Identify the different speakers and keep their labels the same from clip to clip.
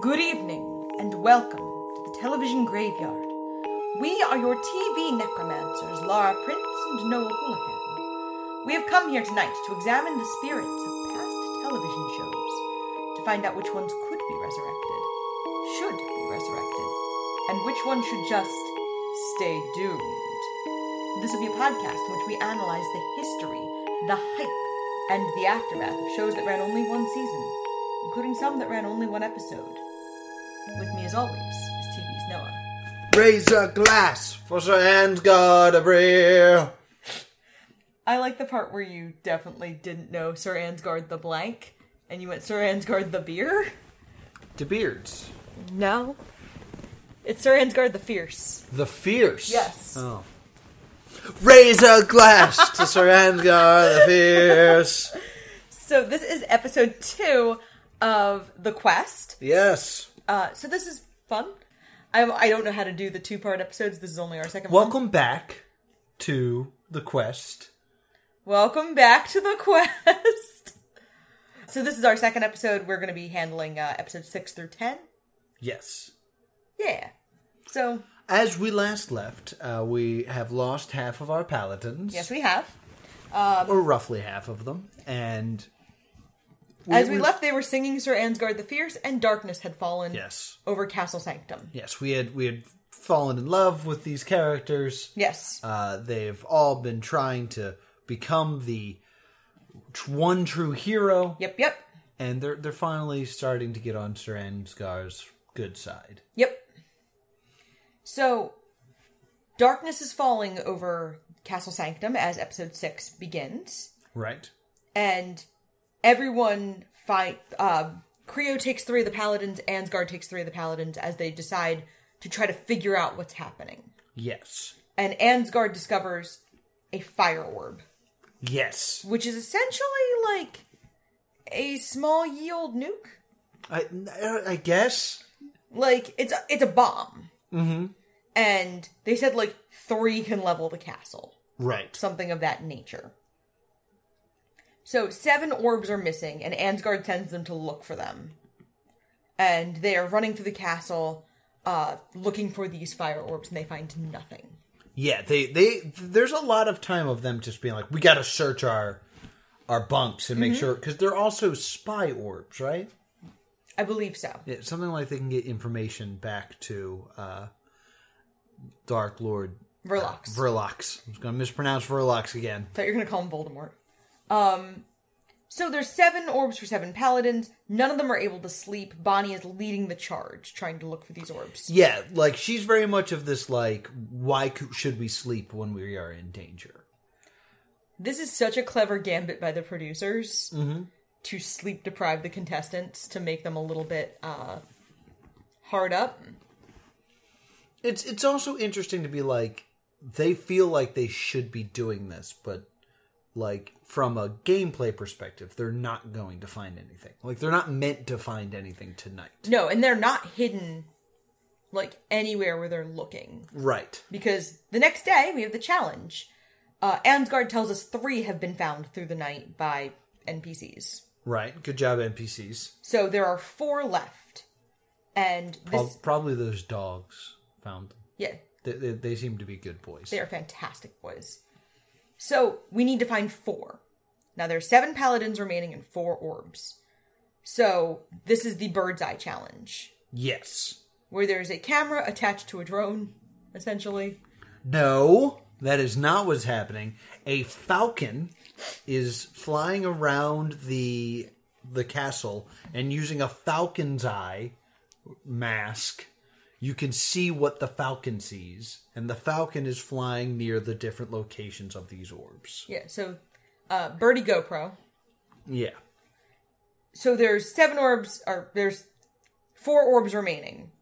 Speaker 1: Good evening, and welcome to the Television Graveyard. We are your TV necromancers, Lara Prince and Noah Houlihan. We have come here tonight to examine the spirits of past television shows, to find out which ones could be resurrected, should be resurrected, and which ones should just stay doomed. This will be a podcast in which we analyze the history, the hype, and the aftermath of shows that ran only one season, including some that ran only one episode. With me, as always, is TV's Noah.
Speaker 2: Raise a glass for Sir Hans Gardabriel.
Speaker 1: I like the part where you definitely didn't know Sir Ansgard the blank, and you went Sir Ansgard the beer?
Speaker 2: De Beards.
Speaker 1: No. It's Sir Ansgard the fierce.
Speaker 2: The Fierce.
Speaker 1: Yes.
Speaker 2: Oh. Raise a glass to Sir Ansgar the Fierce.
Speaker 1: So this is episode two of The Quest.
Speaker 2: Yes.
Speaker 1: Uh, so this is fun. I, I don't know how to do the two part episodes. This is only our second one.
Speaker 2: Welcome back to the quest.
Speaker 1: Welcome back to the quest. so this is our second episode. We're going to be handling uh, episode six through ten.
Speaker 2: Yes.
Speaker 1: Yeah. So
Speaker 2: As we last left, uh, we have lost half of our paladins.
Speaker 1: yes, we have.
Speaker 2: Or roughly half of them. And.
Speaker 1: As we left, they were singing Sir Ansgard the Fierce, and darkness had fallen
Speaker 2: Yes.
Speaker 1: over Castle Sanctum.
Speaker 2: Yes, we had we had fallen in love with these characters.
Speaker 1: Yes.
Speaker 2: Uh, they've all been trying to become the tr- one true hero,
Speaker 1: yep. Yep.
Speaker 2: and they're they're finally starting to get on Sir Ansgar's good side.
Speaker 1: Yep. So, darkness is falling over Castle Sanctum as episode six begins.
Speaker 2: Right.
Speaker 1: and everyone fight. Um, Creo takes three of the paladins, Ansgar takes three of the paladins as they decide to try to figure out what's happening.
Speaker 2: Yes.
Speaker 1: And Ansgard discovers a fire orb,
Speaker 2: Yes.
Speaker 1: which is essentially like a small ye old nuke.
Speaker 2: I I guess.
Speaker 1: Like it's a, it's a bomb. Mm-hmm. And they said like three can level the castle.
Speaker 2: Right.
Speaker 1: something of that nature. So seven orbs are missing, and Ansgard sends them to look for them. And they are running through the castle, uh, looking for these fire orbs, and they find nothing.
Speaker 2: Yeah. They they there's a lot of time of them just being like, we got to search our our bunks and make sure because they're also spy orbs, right?
Speaker 1: I believe so.
Speaker 2: Yeah, something like they can get information back to uh, Dark Lord
Speaker 1: Verlox.
Speaker 2: Verlox. I'm going to mispronounce Verlox again.
Speaker 1: Thought you were gonna call him Voldemort. Um, so there's seven orbs for seven paladins. None of them are able to sleep. Bonnie is leading the charge, trying to look for these orbs.
Speaker 2: Yeah, like she's very much of this like, why cou- should we sleep when we are in danger?
Speaker 1: This is such a clever gambit by the producers to sleep deprive the contestants to make them a little bit uh, hard up.
Speaker 2: It's it's also interesting to be like, they feel like they should be doing this, but like from a gameplay perspective, they're not going to find anything. Like they're not meant to find anything tonight.
Speaker 1: No, and they're not hidden like anywhere where they're looking
Speaker 2: Right.
Speaker 1: because the next day we have the challenge. Uh, Ansgard tells us three have been found through the night by NPCs.
Speaker 2: Right. Good job, NPCs.
Speaker 1: So there are four left, and this
Speaker 2: Prob- probably those dogs found them.
Speaker 1: yeah,
Speaker 2: They, they, they seem to be good boys.
Speaker 1: They are fantastic boys. So we need to find four. Now there are seven paladins remaining and four orbs. So this is the bird's eye challenge,
Speaker 2: Yes.
Speaker 1: where there's a camera attached to a drone, essentially.
Speaker 2: No, that is not what's happening. A falcon is flying around the the castle and using a falcon's eye mask. You can see what the falcon sees, and the falcon is flying near the different locations of these orbs.
Speaker 1: Yeah, so uh Birdie GoPro.
Speaker 2: Yeah.
Speaker 1: So there's seven orbs or there's four orbs remaining.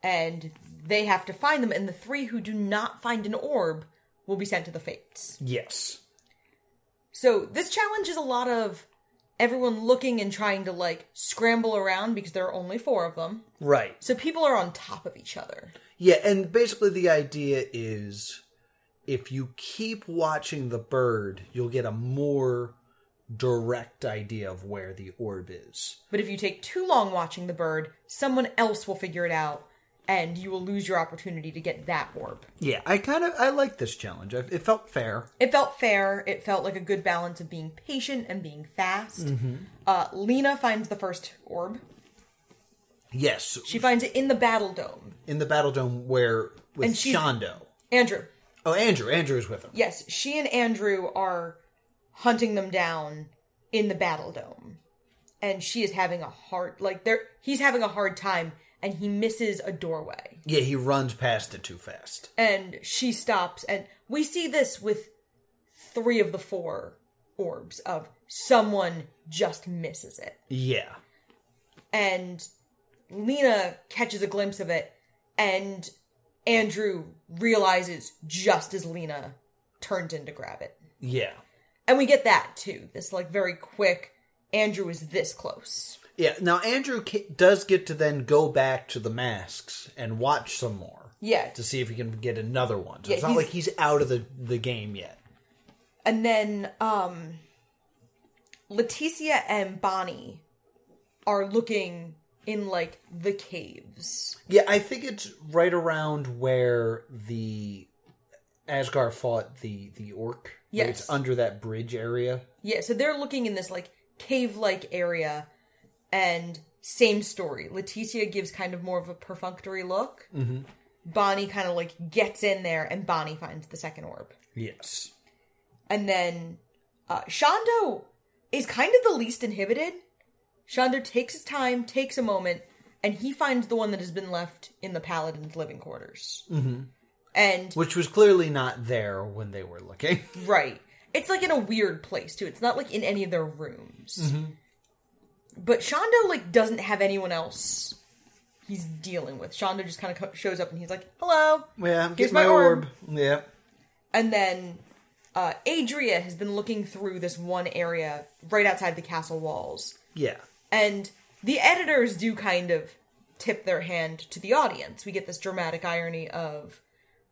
Speaker 1: And they have to find them, and the three who do not find an orb will be sent to the fates.
Speaker 2: Yes.
Speaker 1: So this challenge is a lot of everyone looking and trying to like scramble around because there are only four of them.
Speaker 2: Right.
Speaker 1: So people are on top of each other.
Speaker 2: Yeah, and basically the idea is if you keep watching the bird, you'll get a more direct idea of where the orb is.
Speaker 1: But if you take too long watching the bird, someone else will figure it out and you will lose your opportunity to get that orb.
Speaker 2: Yeah, I kind of I like this challenge. I, it felt fair.
Speaker 1: It felt fair. It felt like a good balance of being patient and being fast. Uh, Lena finds the first orb.
Speaker 2: Yes,
Speaker 1: She finds it in the battle dome.
Speaker 2: in the battle dome where with
Speaker 1: And she's-
Speaker 2: Shondo.
Speaker 1: Andrew.
Speaker 2: Oh, Andrew. Andrew is with him.
Speaker 1: Yes, she and Andrew are hunting them down in the battle dome. And she is having a hard like there he's having a hard time and he misses a doorway.
Speaker 2: Yeah, he runs past it too fast.
Speaker 1: and she stops and we see this with three of the four orbs of someone just misses it
Speaker 2: Yeah.
Speaker 1: and lena catches a glimpse of it and andrew realizes just as lena turns in to grab it
Speaker 2: Yeah.
Speaker 1: and we get that too this like very quick andrew is this close
Speaker 2: Yeah. Now Andrew ca- does get to then go back to the masks and watch some more
Speaker 1: yeah
Speaker 2: to see if he can get another one. So
Speaker 1: Yeah,
Speaker 2: it's not
Speaker 1: he's-
Speaker 2: like he's out of the the game yet.
Speaker 1: And then um Leticia and Bonnie are looking in like the caves.
Speaker 2: Yeah, I think it's right around where the Asgar fought the the orc. Like,
Speaker 1: Yes.
Speaker 2: it's under that bridge area.
Speaker 1: Yeah, so they're looking in this like cave-like area and same story. Leticia gives kind of more of a perfunctory look. Mm-hmm. Bonnie kind of like gets in there and Bonnie finds the second orb.
Speaker 2: Yes.
Speaker 1: And then uh, Shondo is kind of the least inhibited. Shondo takes his time, takes a moment, and he finds the one that has been left in the paladin's living quarters. Mm-hmm. And
Speaker 2: Which was clearly not there when they were looking.
Speaker 1: right, it's like in a weird place too. It's not like in any of their rooms. But Shondo like doesn't have anyone else he's dealing with. Shondo just kind of co- shows up and he's like, "Hello,"
Speaker 2: Yeah,
Speaker 1: Here's
Speaker 2: get
Speaker 1: my
Speaker 2: my,
Speaker 1: orb.
Speaker 2: orb. Yeah.
Speaker 1: and then. Uh, Adria has been looking through this one area right outside the castle walls,
Speaker 2: Yeah.
Speaker 1: And the editors do kind of tip their hand to the audience. We get this dramatic irony of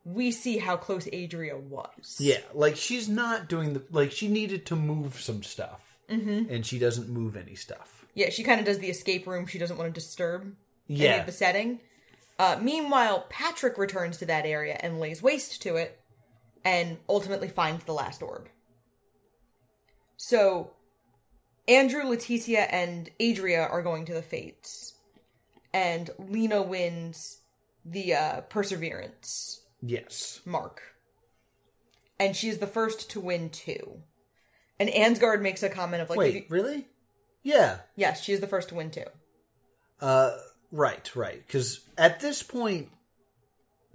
Speaker 1: we see how close Adria was.
Speaker 2: Yeah. Like she's not doing the like she needed to move some stuff. Mm-hmm. And she doesn't move any stuff.
Speaker 1: Yeah, she kind of does the escape room. She doesn't want to disturb any
Speaker 2: Yeah.
Speaker 1: of the setting. Uh, meanwhile, Patrick returns to that area and lays waste to it and ultimately finds the last orb. So, Andrew, Leticia, and Adria are going to the Fates, and Lena wins the uh, Perseverance
Speaker 2: Yes.
Speaker 1: mark. And she is the first to win two. And Ansgard makes a comment of like, if
Speaker 2: Wait,
Speaker 1: you-
Speaker 2: really? Yeah.
Speaker 1: yes, she is the first to win two.
Speaker 2: Uh right, right. Cuz at this point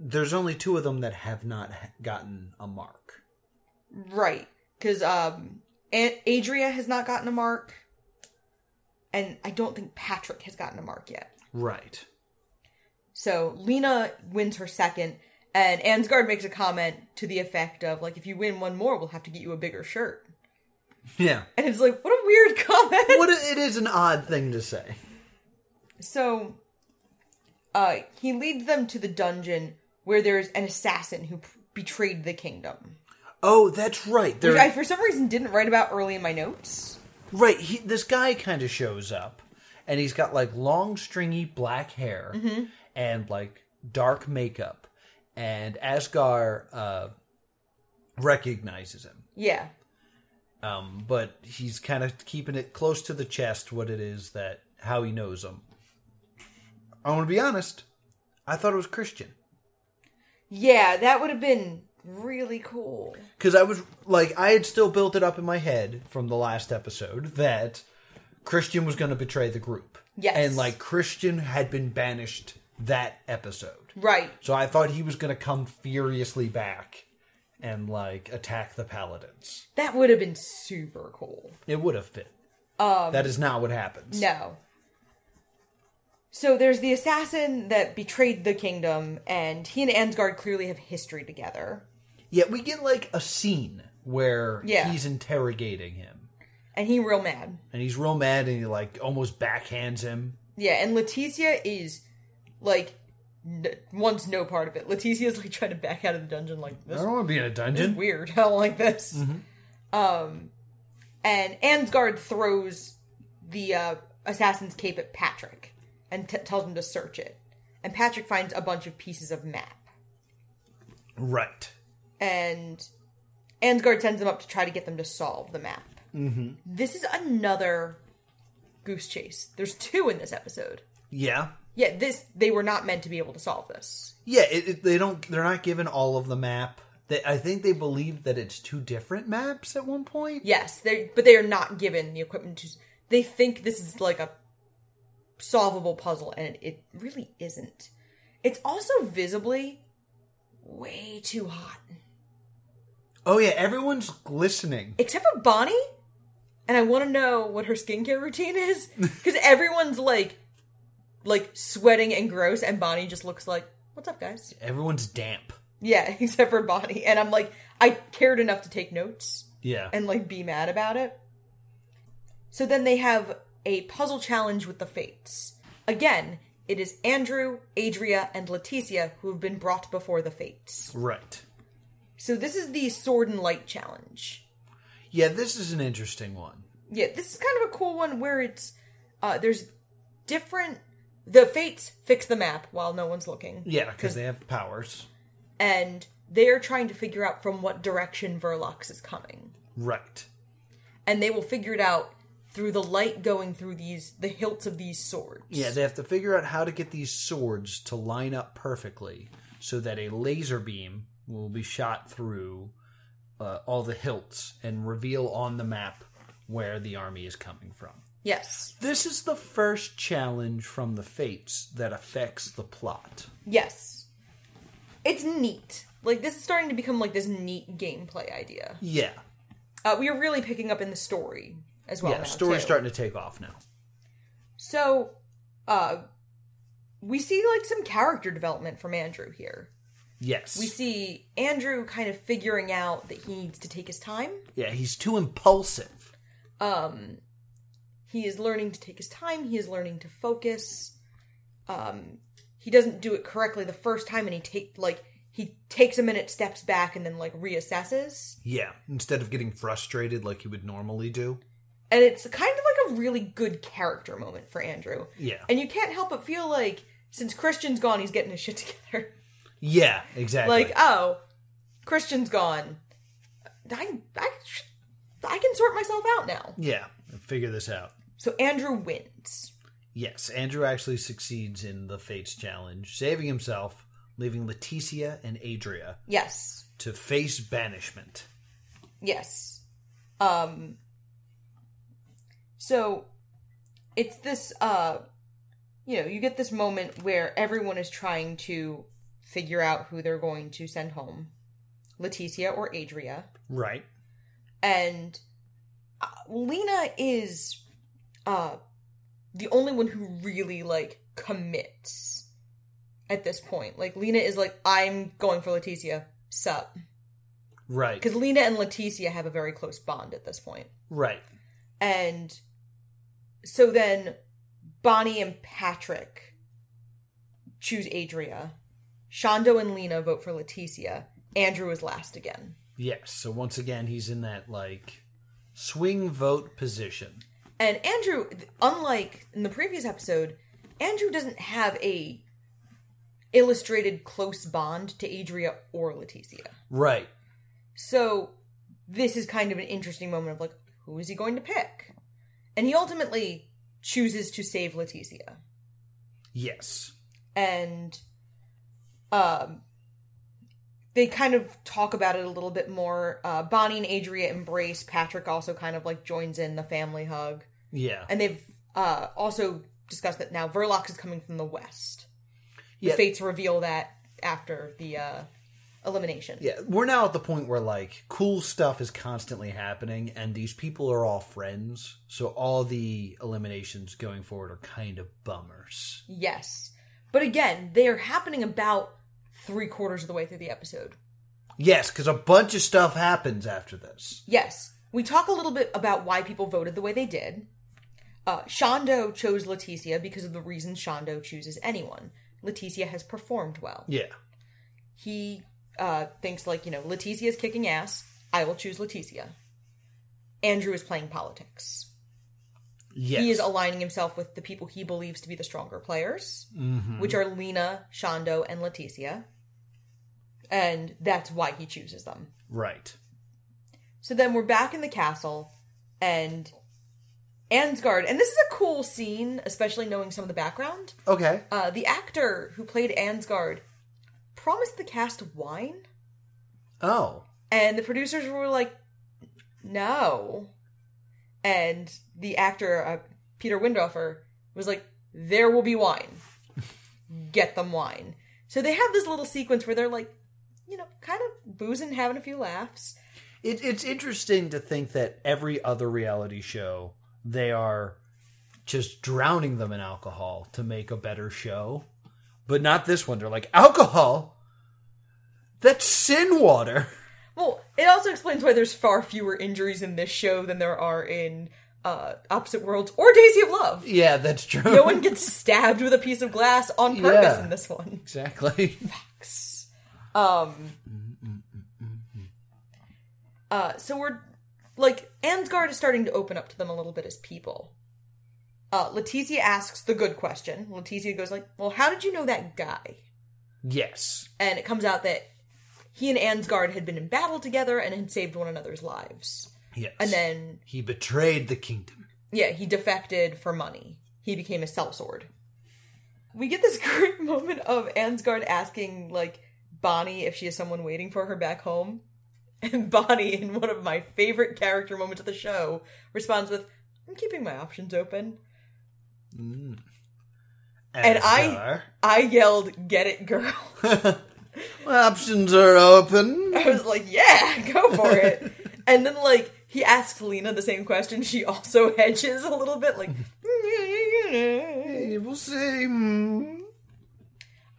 Speaker 2: there's only two of them that have not ha- gotten a mark.
Speaker 1: Right. Because um, Aunt Adria has not gotten a mark. And I don't think Patrick has gotten a mark yet.
Speaker 2: Right.
Speaker 1: So Lena wins her second. And Ansgard makes a comment to the effect of, like, if you win one more, we'll have to get you a bigger shirt.
Speaker 2: Yeah.
Speaker 1: And it's like, what a weird comment.
Speaker 2: What a, it is an odd thing to say.
Speaker 1: So uh, he leads them to the dungeon where there's an assassin who p- betrayed the kingdom.
Speaker 2: Oh, that's right. There
Speaker 1: Which I, for some reason, didn't write about early in my notes.
Speaker 2: Right, he, this guy kind of shows up, and he's got like long, stringy black hair
Speaker 1: Mm-hmm.
Speaker 2: and like dark makeup, and Asgar uh, recognizes him,
Speaker 1: Yeah.
Speaker 2: um, but he's kind of keeping it close to the chest. What it is that how he knows him. I'm gonna be honest. I thought it was Christian
Speaker 1: Yeah, that would have been really cool.
Speaker 2: because I was like I had still built it up in my head from the last episode that Christian was going to betray the group.
Speaker 1: Yes.
Speaker 2: And like Christian had been banished that episode.
Speaker 1: Right.
Speaker 2: So I thought he was going to come furiously back and like attack the paladins.
Speaker 1: That would have been super cool.
Speaker 2: It would have been. Um, that is not what happens.
Speaker 1: No. So there's the assassin that betrayed the kingdom, and he and Ansgard clearly have history together.
Speaker 2: Yet we get like a scene where
Speaker 1: Yeah.
Speaker 2: he's interrogating him.
Speaker 1: And he real mad.
Speaker 2: And he's real mad and he like almost backhands him.
Speaker 1: Yeah, and Leticia is like n- wants no part of it. Leticia's like trying to back out of the dungeon like
Speaker 2: I
Speaker 1: this
Speaker 2: don't want to be in a
Speaker 1: is
Speaker 2: dungeon.
Speaker 1: weird. I don't like this. Um and Ansgard throws the uh, assassin's cape at Patrick and t- tells him to search it. And Patrick finds a bunch of pieces of map.
Speaker 2: Right.
Speaker 1: And Ansgard sends them up to try to get them to solve the map. Mm-hmm. This is another goose chase. There's two in this episode.
Speaker 2: Yeah.
Speaker 1: Yeah, this they were not meant to be able to solve this.
Speaker 2: Yeah. It, it, they don't. They're not given all of the map. They, I think they believe that it's two different maps at one point.
Speaker 1: Yes, they but they are not given the equipment to. They think this is like a solvable puzzle, and it really isn't. It's also visibly way too hot,
Speaker 2: Oh yeah. Everyone's glistening.
Speaker 1: except for Bonnie. And I want to know what her skincare routine is because everyone's like, like sweating and gross, and Bonnie just looks like, "What's up, guys?"
Speaker 2: Everyone's damp.
Speaker 1: Yeah, except for Bonnie, and I'm like, I cared enough to take notes.
Speaker 2: Yeah.
Speaker 1: and like be mad about it. So then they have a puzzle challenge with the fates. Again, it is Andrew, Adria, and Leticia who have been brought before the fates.
Speaker 2: right.
Speaker 1: So this is the sword and light challenge.
Speaker 2: Yeah. This is an interesting one.
Speaker 1: Yeah, this is kind of a cool one where it's uh there's different the fates fix the map while no one's looking.
Speaker 2: Yeah, because they have powers.
Speaker 1: And they're trying to figure out from what direction Verlox is coming.
Speaker 2: Right.
Speaker 1: and they will figure it out through the light going through these the hilts of these swords.
Speaker 2: Yeah, they have to figure out how to get these swords to line up perfectly so that a laser beam will be shot through uh, all the hilts and reveal on the map where the army is coming from.
Speaker 1: Yes.
Speaker 2: This is the first challenge from the Fates that affects the plot.
Speaker 1: Yes. It's neat. Like this is starting to become like this neat gameplay idea.
Speaker 2: Yeah.
Speaker 1: Uh, we are really picking up in the story as well.
Speaker 2: Yeah,
Speaker 1: now,
Speaker 2: story's
Speaker 1: too.
Speaker 2: starting to take off now.
Speaker 1: So, uh, we see like some character development from Andrew here.
Speaker 2: Yes.
Speaker 1: We see Andrew kind of figuring out that he needs to take his time.
Speaker 2: yeah, he's too impulsive.
Speaker 1: um he is learning to take his time he is learning to focus um he doesn't do it correctly the first time and he take like he takes a minute steps back and then like reassesses
Speaker 2: Yeah, instead of getting frustrated like he would normally do.
Speaker 1: and it's kind of like a really good character moment for andrew
Speaker 2: Yeah.
Speaker 1: and you can't help but feel like since christian's gone he's getting his shit together
Speaker 2: Yeah, exactly.
Speaker 1: like oh christian's gone I, I i can sort myself out now
Speaker 2: yeah, figure this out.
Speaker 1: so andrew wins
Speaker 2: Yes, Andrew actually succeeds in the Fates challenge, saving himself, leaving Leticia and Adria
Speaker 1: yes
Speaker 2: to face banishment.
Speaker 1: Yes. Um so it's this uh you know, you get this moment where everyone is trying to figure out who they're going to send home. Leticia or Adria.
Speaker 2: Right.
Speaker 1: And uh, Lena is uh the only one who really like commits at this point. Like Lena is like I'm going for Leticia. Sup?
Speaker 2: Right.
Speaker 1: because Lena and Leticia have a very close bond at this point.
Speaker 2: Right.
Speaker 1: And so then Bonnie and Patrick choose Adria. Shondo and Lena vote for Leticia. Andrew is last again.
Speaker 2: Yes. So once again, he's in that like swing vote position.
Speaker 1: And Andrew, unlike in the previous episode, Andrew doesn't have a illustrated close bond to Adria or Leticia.
Speaker 2: Right.
Speaker 1: So this is kind of an interesting moment of like, who is he going to pick? And he ultimately chooses to save Leticia.
Speaker 2: Yes.
Speaker 1: And um they kind of talk about it a little bit more. Uh, Bonnie and Adria embrace. Patrick also kind of like joins in the family hug.
Speaker 2: Yeah.
Speaker 1: And they've uh, also discussed that now Verlox is coming from the west. The
Speaker 2: Yeah.
Speaker 1: fates reveal that after the uh, elimination.
Speaker 2: Yeah. We're now at the point where like cool stuff is constantly happening, and these people are all friends. So all the eliminations going forward are kind of bummers.
Speaker 1: Yes. But again, they are happening about three quarters of the way through the episode.
Speaker 2: Yes, because a bunch of stuff happens after this.
Speaker 1: Yes. We talk a little bit about why people voted the way they did. Uh, Shondo chose Leticia because of the reason Shondo chooses anyone. Leticia has performed well.
Speaker 2: Yeah.
Speaker 1: He uh, thinks, like, you know, Leticia's kicking ass. I will choose Leticia. Andrew is playing politics.
Speaker 2: Yes.
Speaker 1: He is aligning himself with the people he believes to be the stronger players, which are Lena, Shondo, and Leticia. And that's why he chooses them.
Speaker 2: right.
Speaker 1: So then we're back in the castle, and Ansgard, and this is a cool scene, especially knowing some of the background.
Speaker 2: Okay.
Speaker 1: Uh, the actor who played Ansgard promised the cast wine,
Speaker 2: Oh.
Speaker 1: and the producers were like, "No," and the actor uh, Peter Windhofer was like, "There will be wine. Get them wine." So they have this little sequence where they're like, you know, kind of boozing, having a few laughs.
Speaker 2: It, it's interesting to think that every other reality show, they are just drowning them in alcohol to make a better show. But not this one. They're like, alcohol? That's sin water.
Speaker 1: Well, it also explains why there's far fewer injuries in this show than there are in uh, Opposite Worlds or Daisy of Love.
Speaker 2: Yeah, that's true.
Speaker 1: No one gets stabbed with a piece of glass on purpose
Speaker 2: Yeah.
Speaker 1: in this one.
Speaker 2: exactly.
Speaker 1: Um. Uh, so we're like Ansgard is starting to open up to them a little bit as people. Uh, Letizia asks the good question. Letizia goes like, "Well, how did you know that guy?"
Speaker 2: yes.
Speaker 1: And it comes out that he and Ansgard had been in battle together and had saved one another's lives.
Speaker 2: Yes.
Speaker 1: And then
Speaker 2: he betrayed the kingdom.
Speaker 1: Yeah, he defected for money. He became a sellsword. We get this great moment of Ansgard asking, like, Bonnie if she has someone waiting for her back home. And Bonnie, in one of my favorite character moments of the show, responds with, I'm keeping my options open. And I I yelled, Get it, girl.
Speaker 2: I. Options are open.
Speaker 1: I was like, Yeah, go for it. and then, like, he asks Lena the same question. She also hedges a little bit, like,
Speaker 2: Hey, We'll see. Hmm.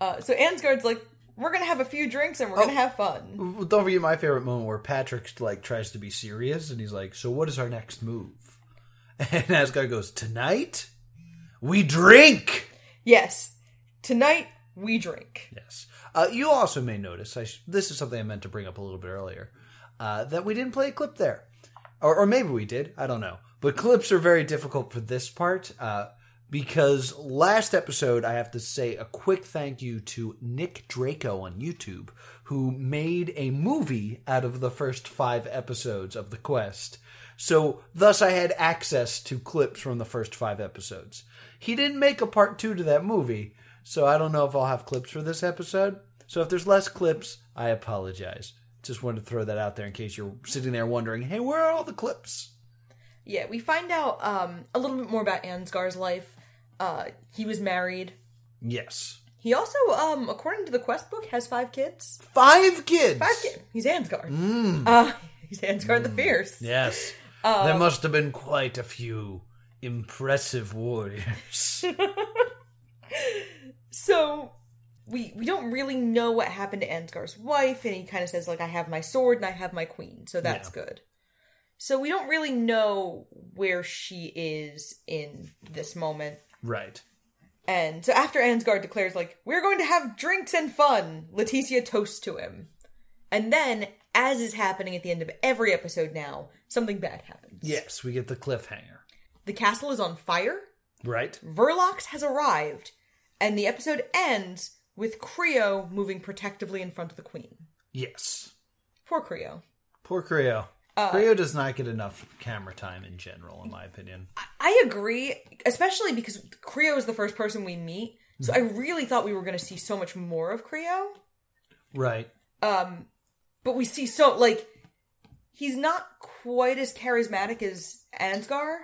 Speaker 1: Uh, so Ansgard's like, we're gonna have a few drinks and we're gonna have fun.
Speaker 2: Well, Don't forget my favorite moment where Patrick like tries to be serious and he's like, "So what is our next move?" And Asgard goes, "Tonight, we drink."
Speaker 1: Yes, tonight we drink.
Speaker 2: Yes. Uh, you also may notice I sh- this is something I meant to bring up a little bit earlier uh, that we didn't play a clip there, or, or maybe we did. I don't know. But clips are very difficult for this part uh, because last episode I have to say a quick thank you to Nick Draco on YouTube who made a movie out of the first five episodes of the quest. So, thus, I had access to clips from the first five episodes. He didn't make a part two to that movie, so I don't know if I'll have clips for this episode. So, if there's less clips, I apologize. Just wanted to throw that out there in case you're sitting there wondering, hey, where are all the clips?
Speaker 1: Yeah, we find out um, a little bit more about Ansgar's life. Uh, he was married.
Speaker 2: Yes.
Speaker 1: He also, um, according to the quest book, has five kids.
Speaker 2: Five kids!
Speaker 1: Five kids. He's Ansgar. Uh, he's Ansgar the Fierce.
Speaker 2: Yes.
Speaker 1: Uh,
Speaker 2: there must have been quite a few impressive warriors.
Speaker 1: So we we don't really know what happened to Ansgar's wife, and he kind of says like, "I have my sword and I have my queen," so that's good. So we don't really know where she is in this moment.
Speaker 2: right.
Speaker 1: And so after Ansgard declares like, "We're going to have drinks and fun," Leticia toasts to him, and then. As is happening at the end of every episode now, something bad happens.
Speaker 2: Yes, we get the cliffhanger.
Speaker 1: The castle is on fire,
Speaker 2: Right?
Speaker 1: Verlox has arrived, and the episode ends with Creo moving protectively in front of the Queen.
Speaker 2: Yes.
Speaker 1: Poor Creo.
Speaker 2: Poor Creo. Creo does not get enough camera time in general, in my opinion.
Speaker 1: I agree, especially because Creo is the first person we meet, so I really thought we were going to see so much more of Creo,
Speaker 2: Right.
Speaker 1: but we see so, like, he's not quite as charismatic as Ansgar,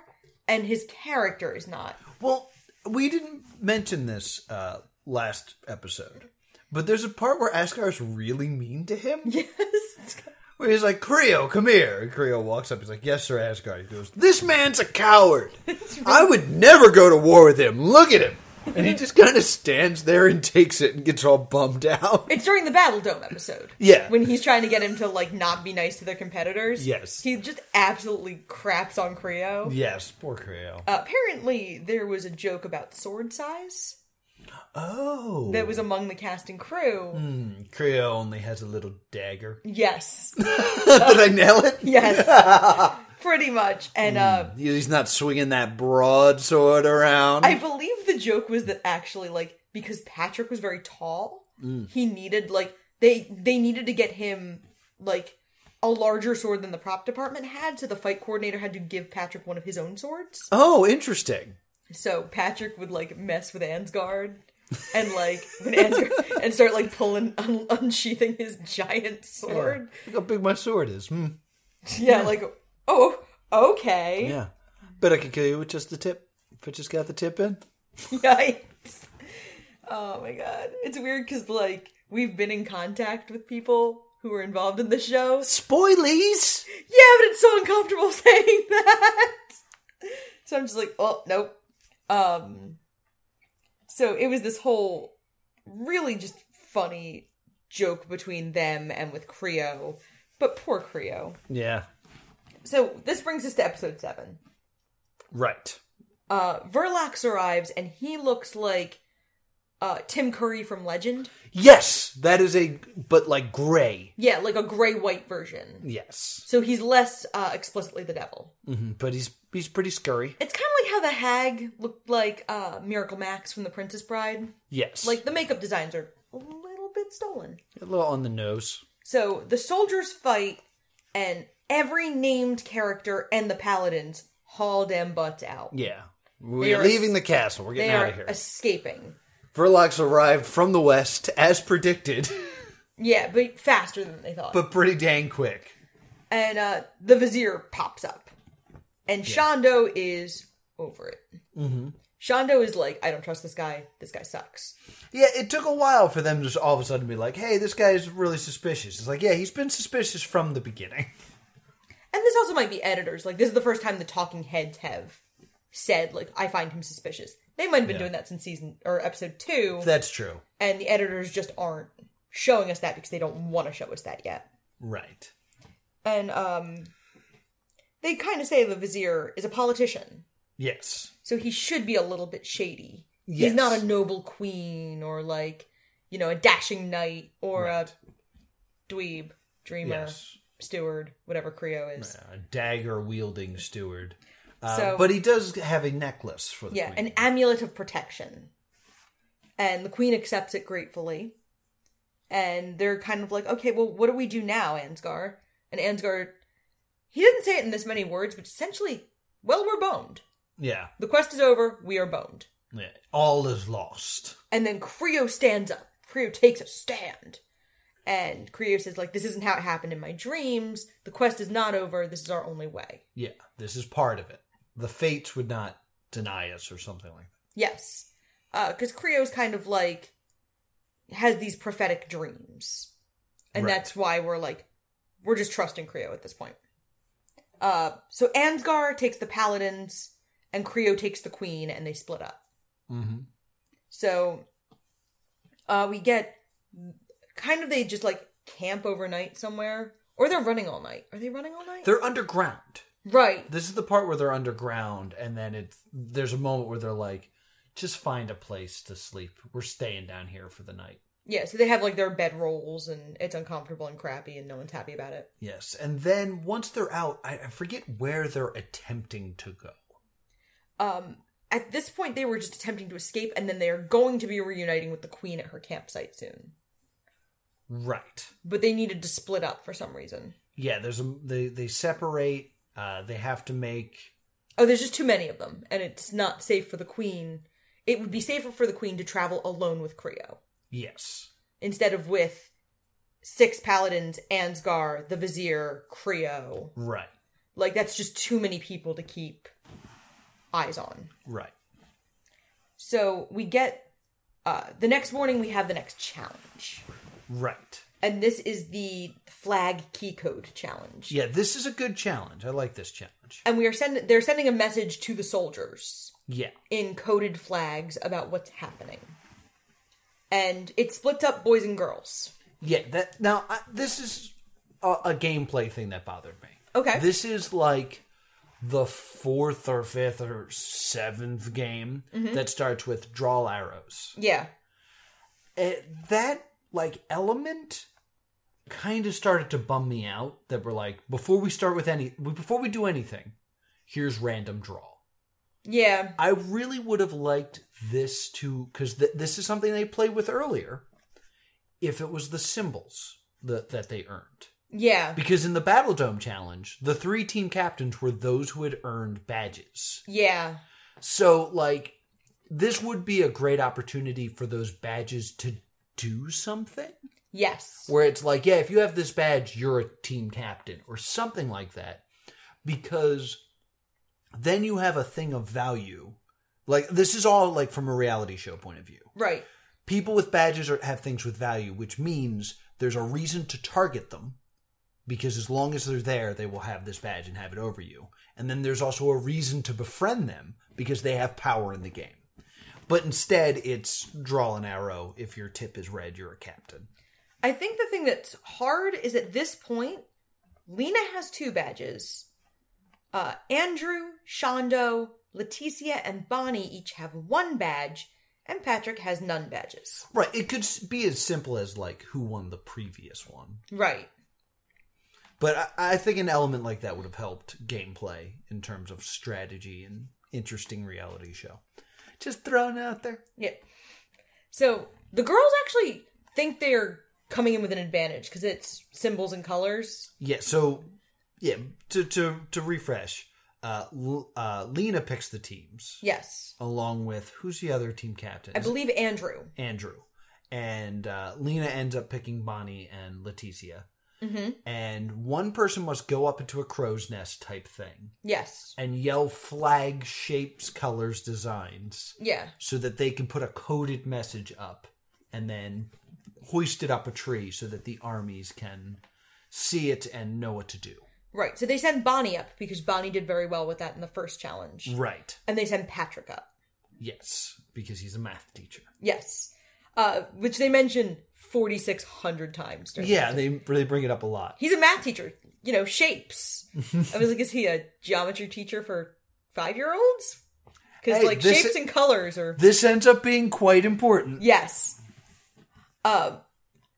Speaker 1: and his character is not.
Speaker 2: Well, we didn't mention this uh, last episode, but there's a part where Asgar's really mean to him.
Speaker 1: Yes.
Speaker 2: Where he's like, Creo, come here. And Creo walks up. He's like, Yes, sir, Asgard. He goes, This man's a coward. I would never go to war with him. Look at him. And he just kind of stands there and takes it and gets all bummed out.
Speaker 1: It's during the Battle Dome episode.
Speaker 2: Yeah.
Speaker 1: When he's trying to get him to like not be nice to their competitors.
Speaker 2: Yes.
Speaker 1: He just absolutely craps on Creo.
Speaker 2: Yes, poor Creo.
Speaker 1: Apparently there was a joke about sword size
Speaker 2: oh. Hmm.
Speaker 1: that was among the casting crew.
Speaker 2: Creo only has a little dagger.
Speaker 1: Yes.
Speaker 2: Did I nail it?
Speaker 1: Yes. pretty much. And uh,
Speaker 2: He's not swinging that broadsword around.
Speaker 1: I believe the joke was that actually, like, because Patrick was very tall, he needed like they they needed to get him like a larger sword than the prop department had, so the fight coordinator had to give Patrick one of his own swords.
Speaker 2: oh, interesting.
Speaker 1: So Patrick would like mess with Ansgard. And like when Ansgard and start like pulling un- unsheathing his giant sword.
Speaker 2: Look how big my sword is. Hmm.
Speaker 1: Yeah, like oh okay.
Speaker 2: Yeah. But I could kill you with just the tip. If I just got the tip in.
Speaker 1: Yikes. Oh my god. It's weird because, like, we've been in contact with people who were involved in the show. Yeah,
Speaker 2: Spoilies!
Speaker 1: but it's so uncomfortable saying that. So I'm just like, oh, nope. Um, so it was this whole really just funny joke between them and with Creo, but poor Creo.
Speaker 2: Yeah.
Speaker 1: So this brings us to episode seven.
Speaker 2: Right.
Speaker 1: Uh, Verlax arrives and he looks like uh, Tim Curry from Legend.
Speaker 2: Yes! That is a, but like gray.
Speaker 1: Yeah, like a gray white version.
Speaker 2: Yes.
Speaker 1: So he's less uh, explicitly the devil.
Speaker 2: hmm But he's he's pretty scurry.
Speaker 1: It's kind of like how the hag looked like uh, Miracle Max from The Princess Bride.
Speaker 2: Yes.
Speaker 1: Like the makeup designs are a little bit stolen.
Speaker 2: a little on the nose.
Speaker 1: So the soldiers fight, and every named character and the paladins haul damn butts out.
Speaker 2: Yeah. We're
Speaker 1: are-
Speaker 2: leaving the castle. We're
Speaker 1: They
Speaker 2: getting out
Speaker 1: are
Speaker 2: of here.
Speaker 1: escaping.
Speaker 2: Verlox arrived from the west as predicted,
Speaker 1: Yeah, but faster than they thought.
Speaker 2: but pretty dang quick.
Speaker 1: and uh, the vizier pops up, and Shondo is over it. Mm-hmm. Shondo is like, I don't trust this guy. This guy sucks.
Speaker 2: Yeah, it took a while for them to just all of a sudden be like, hey, this guy's really suspicious. It's like, yeah, he's been suspicious from the beginning.
Speaker 1: And this also might be editors. Like, this is the first time the talking heads have said, like, I find him suspicious. They might have been
Speaker 2: Yeah.
Speaker 1: doing that since season or episode two,
Speaker 2: That's true.
Speaker 1: and the editors just aren't showing us that because they don't want to show us that yet.
Speaker 2: Right.
Speaker 1: And um, they kind of say the vizier is a politician,
Speaker 2: Yes.
Speaker 1: so he should be a little bit shady.
Speaker 2: Yes.
Speaker 1: He's not a noble queen or like, you know, a dashing knight or
Speaker 2: Right.
Speaker 1: a dweeb, dreamer,
Speaker 2: Yes.
Speaker 1: steward, whatever Creo is.
Speaker 2: A dagger wielding steward. Uh,
Speaker 1: So-
Speaker 2: but he does have a necklace for the
Speaker 1: Yeah,
Speaker 2: queen.
Speaker 1: an amulet of protection. And the queen accepts it gratefully. And they're kind of like, okay, well, what do we do now, Ansgar? And Ansgar, he didn't say it in this many words, but essentially, well, we're boned.
Speaker 2: yeah.
Speaker 1: The quest is over, we are boned.
Speaker 2: yeah. All is lost.
Speaker 1: And then Creo stands up. Creo takes a stand. And Creo says, like, this isn't how it happened in my dreams. The quest is not over. This is our only way.
Speaker 2: Yeah. This is part of it. The fates would not deny us or something like that.
Speaker 1: Yes. Because Creo's kind of like has these prophetic dreams. And
Speaker 2: Right.
Speaker 1: that's why we're like, we're just trusting Creo at this point. Uh, so Ansgar takes the paladins, and Creo takes the queen, and they split up.
Speaker 2: Mm-hmm.
Speaker 1: So uh, we get kind of they just like camp overnight somewhere, or they're running all night. Are they running all night?
Speaker 2: They're underground.
Speaker 1: right.
Speaker 2: This is the part where they're underground, and then it's there's a moment where they're like, "Just find a place to sleep. We're staying down here for the night."
Speaker 1: Yeah. So they have like their bed rolls, and it's uncomfortable and crappy, and no one's happy about it.
Speaker 2: Yes, and then once they're out, I, I forget where they're attempting to go.
Speaker 1: um at this point they were just attempting to escape and then they are going to be reuniting with the queen at her campsite soon
Speaker 2: Right.
Speaker 1: but they needed to split up for some reason
Speaker 2: Yeah. There's a they they separate. Uh, they have to make
Speaker 1: oh there's just too many of them and it's not safe for the queen it would be safer for the queen to travel alone with creo
Speaker 2: yes.
Speaker 1: instead of with six paladins ansgar the vizier creo
Speaker 2: Right.
Speaker 1: like that's just too many people to keep eyes on
Speaker 2: Right.
Speaker 1: so we get uh the next morning we have the next challenge
Speaker 2: Right.
Speaker 1: And this is the flag key code challenge.
Speaker 2: Yeah. This is a good challenge. I like this challenge.
Speaker 1: And we are send they're sending a message to the soldiers
Speaker 2: Yeah.
Speaker 1: in coded flags about what's happening. And it splits up boys and girls.
Speaker 2: Yeah, that now I, this is a, a gameplay thing that bothered me.
Speaker 1: Okay.
Speaker 2: this is like the fourth or fifth or seventh game that starts with draw arrows.
Speaker 1: Yeah.
Speaker 2: Eh, that like element kind of started to bum me out that we're like before we start with any before we do anything, here's random draw.
Speaker 1: Yeah.
Speaker 2: I really would have liked this to because th- this is something they played with earlier. If it was the symbols that that they earned,
Speaker 1: Yeah.
Speaker 2: because in the Battle Dome challenge, the three team captains were those who had earned badges.
Speaker 1: Yeah.
Speaker 2: So like this would be a great opportunity for those badges to do something
Speaker 1: Yes.
Speaker 2: where it's like, yeah, if you have this badge, you're a team captain or something like that. Because then you have a thing of value. Like this is all like from a reality show point of view.
Speaker 1: Right.
Speaker 2: People with badges are, have things with value, which means there's a reason to target them because as long as they're there, they will have this badge and have it over you. And then there's also a reason to befriend them because they have power in the game. But instead, it's draw an arrow. If your tip is red, you're a captain.
Speaker 1: I think the thing that's hard is at this point, Lena has two badges. Uh, Andrew, Shondo, Leticia, and Bonnie each have one badge, and Patrick has none badges.
Speaker 2: Right. It could s- be as simple as like who won the previous one,
Speaker 1: Right.
Speaker 2: but I, I think an element like that would have helped gameplay in terms of strategy and interesting reality show. Just thrown out there.
Speaker 1: Yeah. So the girls actually think they're coming in with an advantage because it's symbols and colors.
Speaker 2: Yeah. So yeah. To to to refresh, uh, L- uh, Lena picks the teams
Speaker 1: Yes.
Speaker 2: along with who's the other team captain?
Speaker 1: I believe Andrew.
Speaker 2: Andrew. And uh, Lena ends up picking Bonnie and Leticia.
Speaker 1: Mm-hmm.
Speaker 2: And one person must go up into a crow's nest type thing
Speaker 1: Yes.
Speaker 2: and yell flag shapes, colors, designs
Speaker 1: Yeah.
Speaker 2: so that they can put a coded message up and then hoist it up a tree so that the armies can see it and know what to do.
Speaker 1: Right. So they send Bonnie up because Bonnie did very well with that in the first challenge.
Speaker 2: Right.
Speaker 1: And they send Patrick up.
Speaker 2: Yes, because he's a math teacher.
Speaker 1: Yes. Uh, which they mention 4,600 times. During
Speaker 2: Yeah, they they bring it up a lot.
Speaker 1: He's a math teacher. You know, shapes. I was like, is he a geometry teacher for five year olds? Because,
Speaker 2: Hey,
Speaker 1: like,
Speaker 2: this
Speaker 1: shapes
Speaker 2: i-
Speaker 1: and colors are.
Speaker 2: This ends up being quite important.
Speaker 1: Yes. Uh,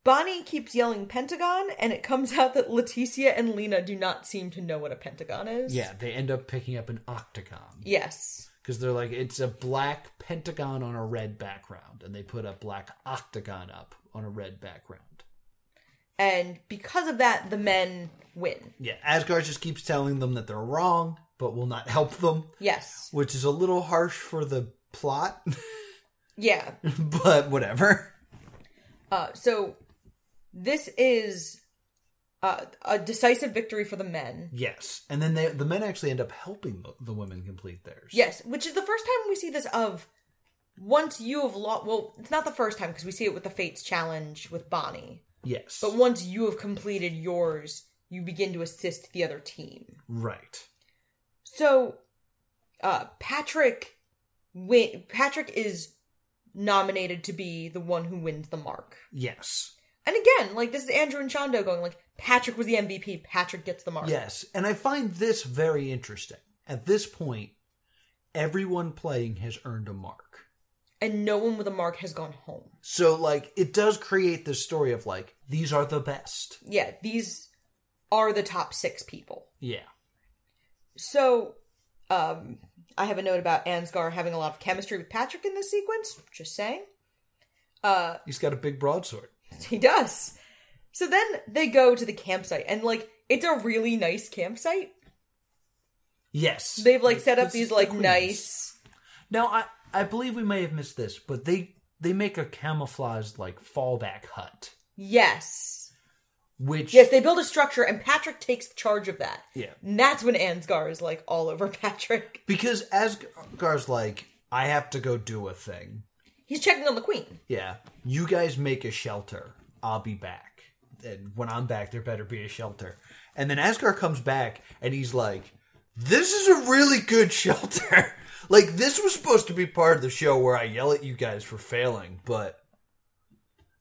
Speaker 1: Bonnie keeps yelling Pentagon, and it comes out that Leticia and Lena do not seem to know what a pentagon is.
Speaker 2: Yeah, they end up picking up an octagon
Speaker 1: Yes.
Speaker 2: because they're like it's a black pentagon on a red background and they put a black octagon up on a red background.
Speaker 1: And because of that, the men win.
Speaker 2: Yeah, Asgard just keeps telling them that they're wrong, but will not help them,
Speaker 1: Yes.
Speaker 2: which is a little harsh for the plot,
Speaker 1: Yeah.
Speaker 2: but whatever.
Speaker 1: Uh, so this is uh, a decisive victory for the men.
Speaker 2: Yes, and then they, the men actually end up helping the, the women complete theirs.
Speaker 1: Yes, which is the first time we see this of once you have lost. Well, it's not the first time because we see it with the Fates challenge with Bonnie.
Speaker 2: Yes.
Speaker 1: But once you have completed yours, you begin to assist the other team.
Speaker 2: right.
Speaker 1: So uh, Patrick, win- Patrick is nominated to be the one who wins the mark.
Speaker 2: Yes.
Speaker 1: And again, like this is Andrew and Shondo going like Patrick was the MVP. Patrick gets the mark.
Speaker 2: Yes, and I find this very interesting. At this point, everyone playing has earned a mark.
Speaker 1: and no one with a mark has gone home.
Speaker 2: So like it does create this story of like these are the best.
Speaker 1: Yeah, these are the top six people.
Speaker 2: Yeah.
Speaker 1: So, um, I have a note about Ansgar having a lot of chemistry with Patrick in this sequence. Just saying, uh,
Speaker 2: He's got a big broadsword.
Speaker 1: he does. So then they go to the campsite, and like it's a really nice campsite.
Speaker 2: Yes.
Speaker 1: They've like set up
Speaker 2: This
Speaker 1: these
Speaker 2: is the
Speaker 1: like
Speaker 2: Queen's.
Speaker 1: nice.
Speaker 2: Now I I believe we may have missed this, but they they make a camouflaged like fallback hut,
Speaker 1: Yes,
Speaker 2: which
Speaker 1: yes, they build a structure, and Patrick takes charge of that.
Speaker 2: yeah,
Speaker 1: And that's when Ansgar is like all over Patrick.
Speaker 2: because Asgar's like I have to go do a thing.
Speaker 1: He's checking on the queen.
Speaker 2: Yeah, you guys make a shelter. I'll be back, and when I'm back, there better be a shelter. And then Asgar comes back, and he's like, "This is a really good shelter. like this was supposed to be part of the show where I yell at you guys for failing, but."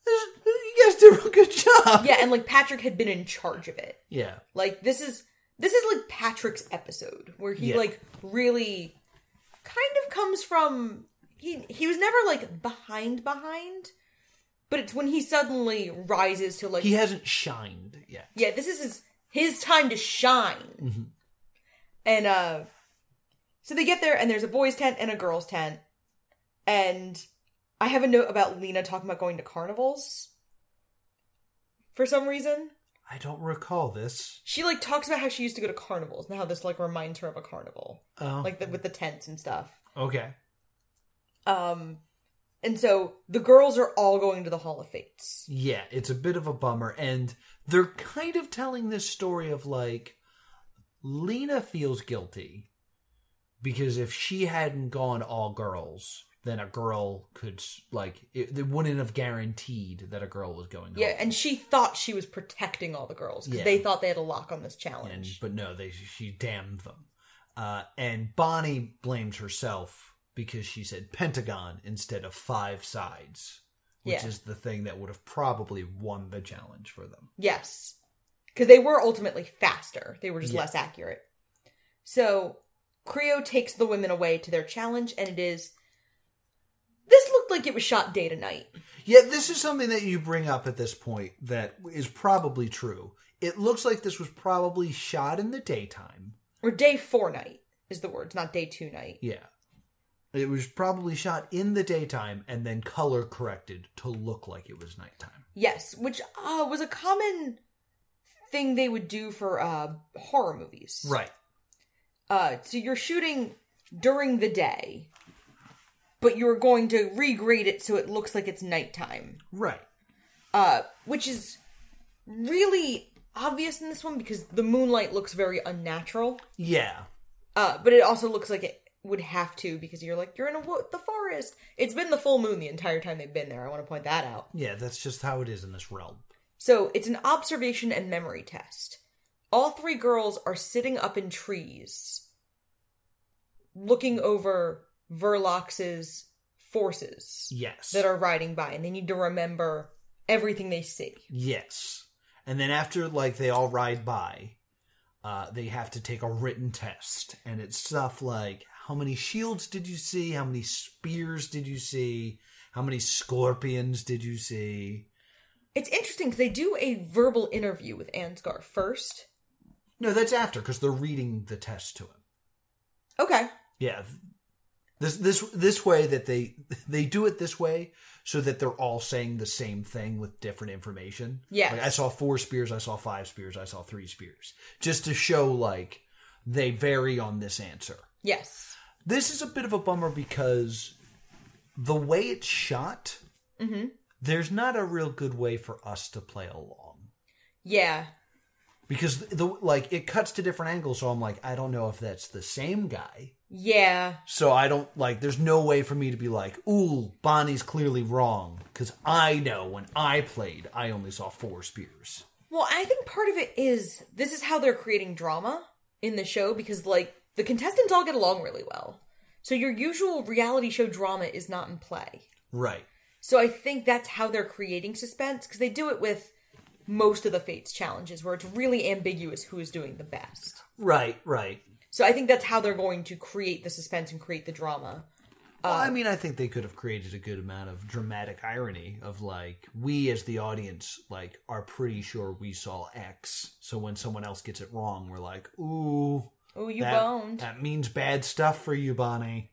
Speaker 2: this- You guys did a real good job.
Speaker 1: Yeah, and like Patrick had been in charge of it.
Speaker 2: Yeah.
Speaker 1: Like this is this is like Patrick's episode where he
Speaker 2: Yeah.
Speaker 1: like really kind of comes from he he was never like behind behind, but it's when he suddenly rises to like
Speaker 2: He hasn't shined yet.
Speaker 1: yeah, this is his, his time to shine.
Speaker 2: Mm-hmm.
Speaker 1: And uh so they get there and there's a boys tent and a girls tent. And I have a note about Lena talking about going to carnivals for some reason.
Speaker 2: I don't recall this.
Speaker 1: She like talks about how she used to go to carnivals and how this like reminds her of a carnival.
Speaker 2: Oh,
Speaker 1: Like the, with the tents and stuff.
Speaker 2: okay.
Speaker 1: Um and so the girls are all going to the Hall of Fates.
Speaker 2: Yeah, it's a bit of a bummer. And they're kind of telling this story of like, Lena feels guilty because if she hadn't gone all girls, then a girl could, like, it, they wouldn't have guaranteed that a girl was going
Speaker 1: Yeah,
Speaker 2: all
Speaker 1: and she thought she was protecting all the girls because
Speaker 2: Yeah.
Speaker 1: they thought they had a lock on this
Speaker 2: and
Speaker 1: challenge.
Speaker 2: but no, they she damned them. Uh, and Bonnie blames herself because she said Pentagon instead of Five Sides, which
Speaker 1: Yeah.
Speaker 2: is the thing that would have probably won the challenge for them.
Speaker 1: Yes. Because they were ultimately faster, they were just
Speaker 2: Yeah.
Speaker 1: less accurate. So Creo takes the women away to their challenge, and it is. This looked like it was shot day to night.
Speaker 2: Yeah, this is something that you bring up at this point that is probably true. It looks like this was probably shot in the daytime.
Speaker 1: Or day four night is the words, not day two night.
Speaker 2: Yeah. It was probably shot in the daytime and then color corrected to look like it was nighttime.
Speaker 1: Yes, which uh, was a common thing they would do for uh, horror movies.
Speaker 2: Right.
Speaker 1: Uh, so you're shooting during the day, but you're going to regrade it so it looks like it's nighttime.
Speaker 2: Right.
Speaker 1: uh, which is really obvious in this one because the moonlight looks very unnatural.
Speaker 2: Yeah.
Speaker 1: Uh, but it also looks like it would have to because you're like you're in a wo- the forest. It's been the full moon the entire time they've been there. I want to point that out.
Speaker 2: Yeah, that's just how it is in this realm.
Speaker 1: So it's an observation and memory test. All three girls are sitting up in trees, looking over Verlox's forces
Speaker 2: Yes.
Speaker 1: that are riding by, and they need to remember everything they see.
Speaker 2: yes. And then after like they all ride by, uh, they have to take a written test, and it's stuff like how many shields did you see, how many spears did you see, how many scorpions did you see.
Speaker 1: It's interesting because they do a verbal interview with Ansgar first.
Speaker 2: No, that's after because they're reading the test to him.
Speaker 1: Okay.
Speaker 2: Yeah. This this this way that they they do it this way so that they're all saying the same thing with different information.
Speaker 1: Yes.
Speaker 2: Like I saw four spears, I saw five spears, I saw three spears. Just to show like they vary on this answer.
Speaker 1: Yes.
Speaker 2: This is a bit of a bummer because the way it's shot, there's not a real good way for us to play along.
Speaker 1: Yeah.
Speaker 2: Because the, the like it cuts to different angles, so I'm like, I don't know if that's the same guy.
Speaker 1: Yeah.
Speaker 2: So I don't like. There's no way for me to be like, "Ooh, Bonnie's clearly wrong," because I know when I played, I only saw four spears.
Speaker 1: Well, I think part of it is this is how they're creating drama in the show because, like, the contestants all get along really well. So your usual reality show drama is not in play.
Speaker 2: Right.
Speaker 1: So I think that's how they're creating suspense because they do it with most of the Fates challenges where it's really ambiguous who is doing the best.
Speaker 2: Right. Right.
Speaker 1: So I think that's how they're going to create the suspense and create the drama.
Speaker 2: Well,
Speaker 1: Uh,
Speaker 2: I mean, I think they could have created a good amount of dramatic irony of like, we as the audience like are pretty sure we saw X, so when someone else gets it wrong, we're like, "Ooh,
Speaker 1: Oh, you
Speaker 2: that,
Speaker 1: boned.
Speaker 2: that means bad stuff for you, Bonnie."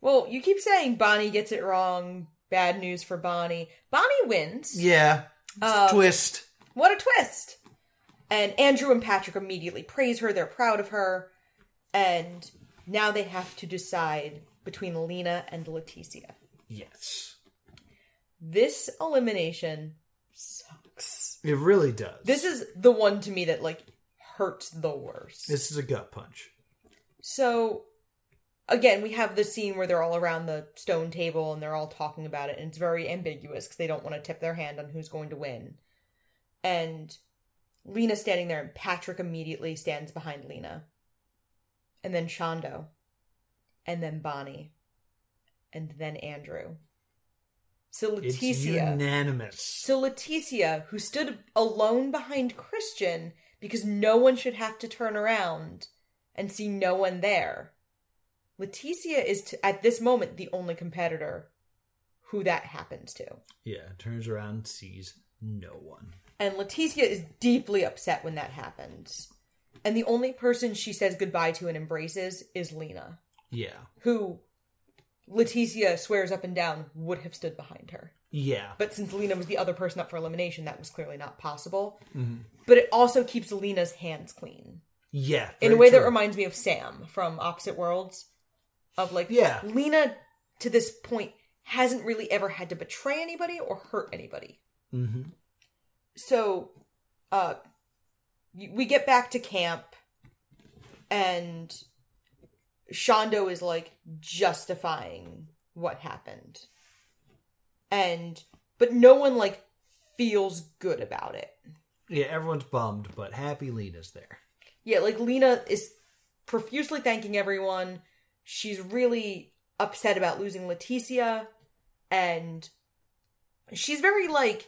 Speaker 1: Well, you keep saying Bonnie gets it wrong. Bad news for Bonnie. Bonnie wins.
Speaker 2: Yeah.
Speaker 1: Uh,
Speaker 2: Twist.
Speaker 1: What a twist! And Andrew and Patrick immediately praise her. They're proud of her. And now they have to decide between Lena and Leticia.
Speaker 2: Yes.
Speaker 1: This elimination sucks.
Speaker 2: It really does.
Speaker 1: This is the one to me that, like, hurts the worst.
Speaker 2: this is a gut punch.
Speaker 1: So again, we have the scene where they're all around the stone table and they're all talking about it, and it's very ambiguous because they don't want to tip their hand on who's going to win. And Lena's standing there, and Patrick immediately stands behind Lena. And then Shondo. And then Bonnie. And then Andrew. So
Speaker 2: It's
Speaker 1: Leticia.
Speaker 2: unanimous.
Speaker 1: So Leticia, who stood alone behind Christian because no one should have to turn around and see no one there, Leticia is t- at this moment the only competitor who that happens to.
Speaker 2: Yeah, turns around, sees no one.
Speaker 1: And Leticia is deeply upset when that happens. And the only person she says goodbye to and embraces is Lena,
Speaker 2: Yeah,
Speaker 1: who Leticia swears up and down would have stood behind her.
Speaker 2: yeah,
Speaker 1: But since Lena was the other person up for elimination, that was clearly not possible.
Speaker 2: Mm-hmm.
Speaker 1: But it also keeps Lena's hands clean
Speaker 2: yeah.
Speaker 1: in a
Speaker 2: very
Speaker 1: way that
Speaker 2: true.
Speaker 1: reminds me of Sam from Opposite Worlds. Of like,
Speaker 2: Yeah.
Speaker 1: Lena to this point hasn't really ever had to betray anybody or hurt anybody.
Speaker 2: Mhm.
Speaker 1: So, uh, y- we get back to camp, and Shondo is like justifying what happened, and but no one like feels good about it.
Speaker 2: Yeah, everyone's bummed, but happy Lena's there.
Speaker 1: Yeah, like Lena is profusely thanking everyone. She's really upset about losing Leticia and she's very like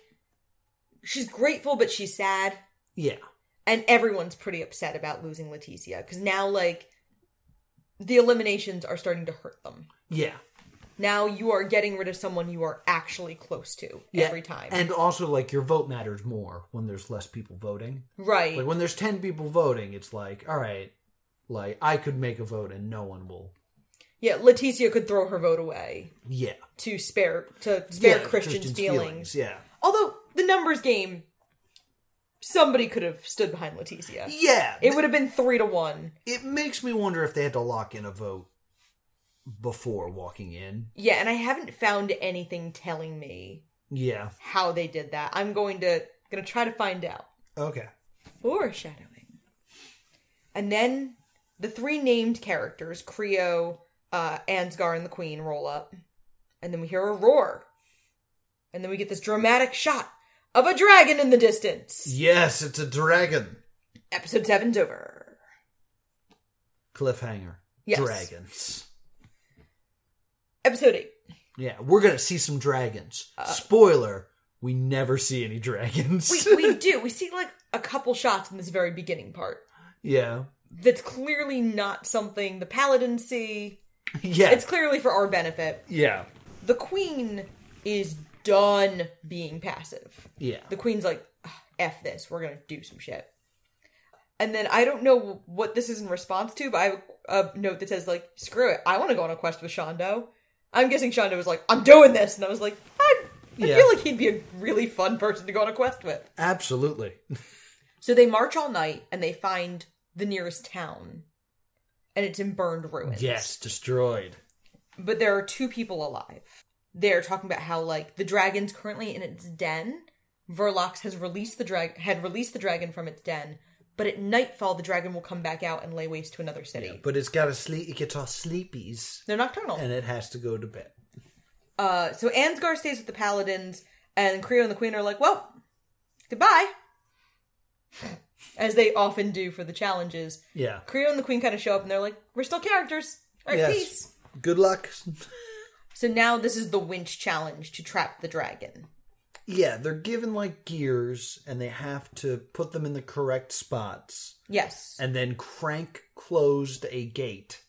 Speaker 1: she's grateful but she's sad
Speaker 2: Yeah,
Speaker 1: and everyone's pretty upset about losing Leticia cuz now like the eliminations are starting to hurt them.
Speaker 2: yeah,
Speaker 1: Now you are getting rid of someone you are actually close to
Speaker 2: yeah.
Speaker 1: every time.
Speaker 2: and also like your vote matters more when there's less people voting.
Speaker 1: right.
Speaker 2: Like when there's ten people voting, it's like, all right, like I could make a vote and no one will.
Speaker 1: yeah, Leticia could throw her vote away
Speaker 2: Yeah,
Speaker 1: to spare to spare
Speaker 2: Yeah,
Speaker 1: Christian's, feelings.
Speaker 2: Yeah,
Speaker 1: Although the numbers game, somebody could have stood behind Leticia.
Speaker 2: yeah.
Speaker 1: It would have been three to one.
Speaker 2: it makes me wonder if they had to lock in a vote before walking in.
Speaker 1: Yeah, and I haven't found anything telling me
Speaker 2: Yeah.
Speaker 1: how they did that. I'm going to gonna try to find out.
Speaker 2: Okay.
Speaker 1: Foreshadowing. And then the three named characters, Creo, uh, Ansgar, and the Queen, roll up. And then we hear a roar. And then we get this dramatic shot of a dragon in the distance.
Speaker 2: Yes, it's a dragon.
Speaker 1: Episode seven's over.
Speaker 2: Cliffhanger.
Speaker 1: Yes.
Speaker 2: Dragons.
Speaker 1: Episode eight.
Speaker 2: Yeah, we're gonna see some dragons.
Speaker 1: Uh,
Speaker 2: Spoiler: we never see any dragons.
Speaker 1: we, we do. We see like a couple shots in this very beginning part.
Speaker 2: yeah.
Speaker 1: That's clearly not something the paladins see.
Speaker 2: Yeah.
Speaker 1: It's clearly for our benefit.
Speaker 2: yeah.
Speaker 1: The queen is done being passive.
Speaker 2: Yeah.
Speaker 1: The queen's like, "Ugh, "F this. We're gonna do some shit." And then I don't know what this is in response to, but I have a note that says like, "Screw it. I want to go on a quest with Shondo." I'm guessing Shondo was like, "I'm doing this," and I was like, "I, I
Speaker 2: Yeah.
Speaker 1: feel like he'd be a really fun person to go on a quest with."
Speaker 2: Absolutely.
Speaker 1: So they march all night and they find the nearest town. And it's in burned ruins.
Speaker 2: Yes, destroyed.
Speaker 1: But there are two people alive. They're talking about how like the dragon's currently in its den. Verlox has released the drag had released the dragon from its den, but at nightfall the dragon will come back out and lay waste to another city.
Speaker 2: But it's got a sleep. It gets all sleepies,
Speaker 1: They're nocturnal.
Speaker 2: and it has to go to bed.
Speaker 1: uh so Ansgar stays with the paladins and Creo and the Queen are like, Well, goodbye. As they often do for the challenges.
Speaker 2: Yeah.
Speaker 1: Creo and the Queen kind of show up and they're like, we're still characters. All right,
Speaker 2: Yes.
Speaker 1: peace.
Speaker 2: Good luck.
Speaker 1: So now this is the winch challenge to trap the dragon.
Speaker 2: Yeah, they're given like gears, and they have to put them in the correct spots,
Speaker 1: Yes.
Speaker 2: and then crank closed a gate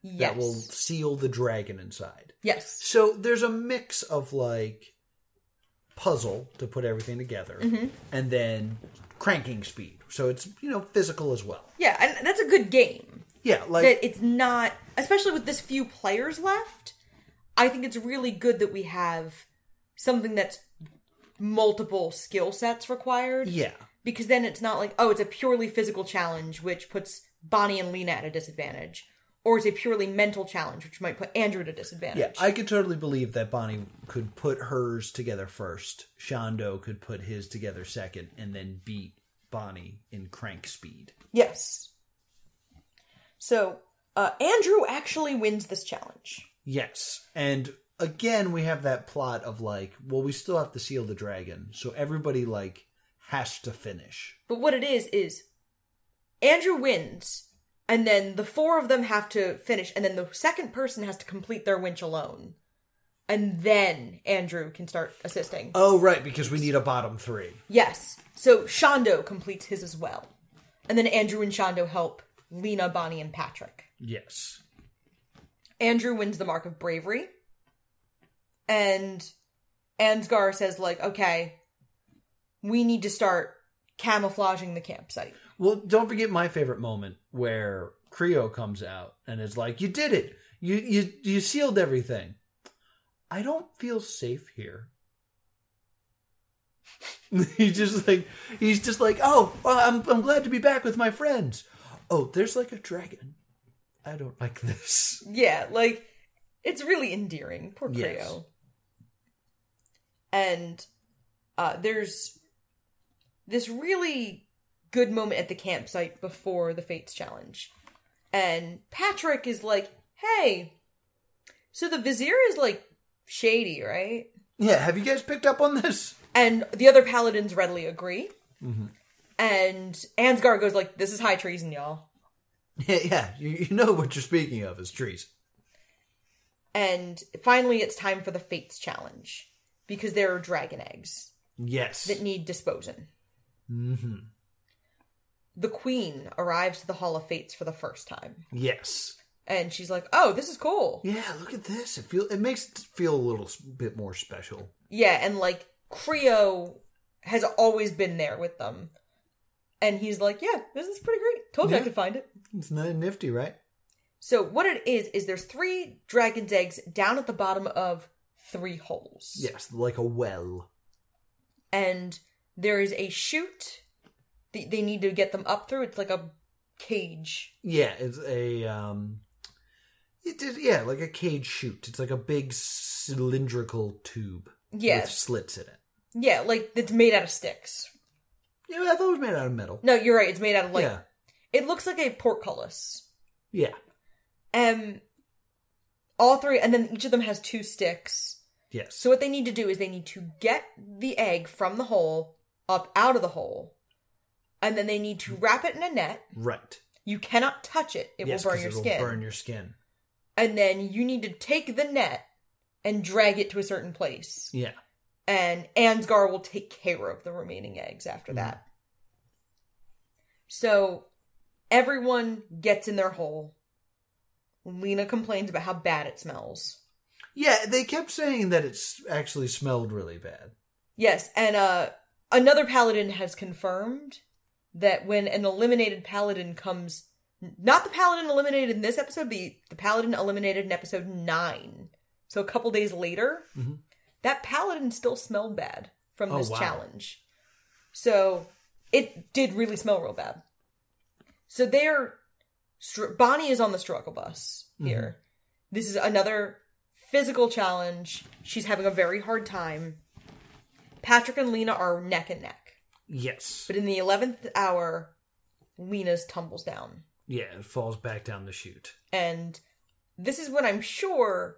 Speaker 1: yes.
Speaker 2: that will seal the dragon inside.
Speaker 1: Yes.
Speaker 2: So there's a mix of like puzzle to put everything together
Speaker 1: Mm-hmm.
Speaker 2: and then cranking speed. So it's, you know, physical as well.
Speaker 1: Yeah, and that's a good game.
Speaker 2: Yeah, like
Speaker 1: That it's not, especially with this few players left, I think it's really good that we have something that's multiple skill sets required
Speaker 2: yeah.
Speaker 1: because then it's not like, oh, it's a purely physical challenge, which puts Bonnie and Lena at a disadvantage. Or it's a purely mental challenge, which might put Andrew at a disadvantage.
Speaker 2: Yeah, I could totally believe that Bonnie could put hers together first. Shondo could put his together second and then beat Bonnie in crank speed.
Speaker 1: Yes. So, uh, Andrew actually wins this challenge.
Speaker 2: Yes. And again, we have that plot of like, well, we still have to seal the dragon. So everybody like has to finish.
Speaker 1: But what it is, is Andrew wins, and then the four of them have to finish, and then the second person has to complete their winch alone. And then Andrew can start assisting.
Speaker 2: Oh, right, because we need a bottom three.
Speaker 1: Yes. So, Shondo completes his as well. And then Andrew and Shondo help Lena, Bonnie, and Patrick.
Speaker 2: Yes.
Speaker 1: Andrew wins the mark of bravery. and Ansgar says like, "Okay, we need to start camouflaging the campsite."
Speaker 2: Well, don't forget my favorite moment where Creo comes out and is like, "You did it. You you you sealed everything. I don't feel safe here." he's just like he's just like, "Oh, well, I'm I'm glad to be back with my friends." Oh, there's like a dragon. I don't like this.
Speaker 1: Yeah, like it's really endearing. Poor Creo.
Speaker 2: Yes.
Speaker 1: And uh, there's this really good moment at the campsite before the Fates Challenge. And Patrick is like, hey, so the Vizier is like shady, right?
Speaker 2: Yeah, have you guys picked up on this?
Speaker 1: And the other paladins readily agree. And Ansgar goes like, this is high treason, y'all.
Speaker 2: Yeah, yeah. You, you know what you're speaking of is trees.
Speaker 1: And finally, it's time for the Fates Challenge because there are dragon eggs
Speaker 2: Yes.
Speaker 1: that need disposing. Mm-hmm. The Queen arrives to the Hall of Fates for the first time,
Speaker 2: Yes.
Speaker 1: and she's like, "Oh, this is cool."
Speaker 2: Yeah, look at this. It feel it makes it feel a little s- bit more special.
Speaker 1: Yeah, and like Creo has always been there with them, and he's like, "Yeah, this is pretty great. Told you I
Speaker 2: Yeah.
Speaker 1: could find it."
Speaker 2: It's not nifty, right?
Speaker 1: So what it is is there's three dragon's eggs down at the bottom of three holes.
Speaker 2: Yes, like a well.
Speaker 1: and there is a chute they, they need to get them up through. It's like a cage.
Speaker 2: Yeah, it's a um it is yeah, like a cage chute. It's like a big cylindrical tube with
Speaker 1: Yes.
Speaker 2: slits in it.
Speaker 1: Yeah, like it's made out of sticks.
Speaker 2: Yeah, I thought it was made out of metal.
Speaker 1: No, you're right. It's made out of like
Speaker 2: yeah.
Speaker 1: it looks like a portcullis.
Speaker 2: Yeah.
Speaker 1: Um all three and then each of them has two sticks.
Speaker 2: Yes.
Speaker 1: So what they need to do is they need to get the egg from the hole up out of the hole. And then they need to wrap it in a net.
Speaker 2: right.
Speaker 1: You cannot touch it. It
Speaker 2: yes,
Speaker 1: will burn
Speaker 2: 'cause
Speaker 1: your
Speaker 2: it'll
Speaker 1: skin.
Speaker 2: burn your skin.
Speaker 1: and then you need to take the net and drag it to a certain place.
Speaker 2: Yeah.
Speaker 1: And Ansgar will take care of the remaining eggs after that. So everyone gets in their hole. Lena complains about how bad it smells.
Speaker 2: Yeah, they kept saying that it's actually smelled really bad.
Speaker 1: Yes, and uh another paladin has confirmed that when an eliminated paladin comes not the paladin eliminated in this episode, the the paladin eliminated in episode nine. So a couple days later,
Speaker 2: Mhm.
Speaker 1: that paladin still smelled bad from
Speaker 2: Oh,
Speaker 1: this
Speaker 2: wow.
Speaker 1: challenge. So it did really smell real bad. So they're str- Bonnie is on the struggle bus
Speaker 2: Mm-hmm.
Speaker 1: here. This is another physical challenge. She's having a very hard time. Patrick and Lena are neck and neck.
Speaker 2: Yes.
Speaker 1: But in the 11th hour, Lena's tumbles down.
Speaker 2: Yeah, it falls back down the chute.
Speaker 1: And this is when I'm sure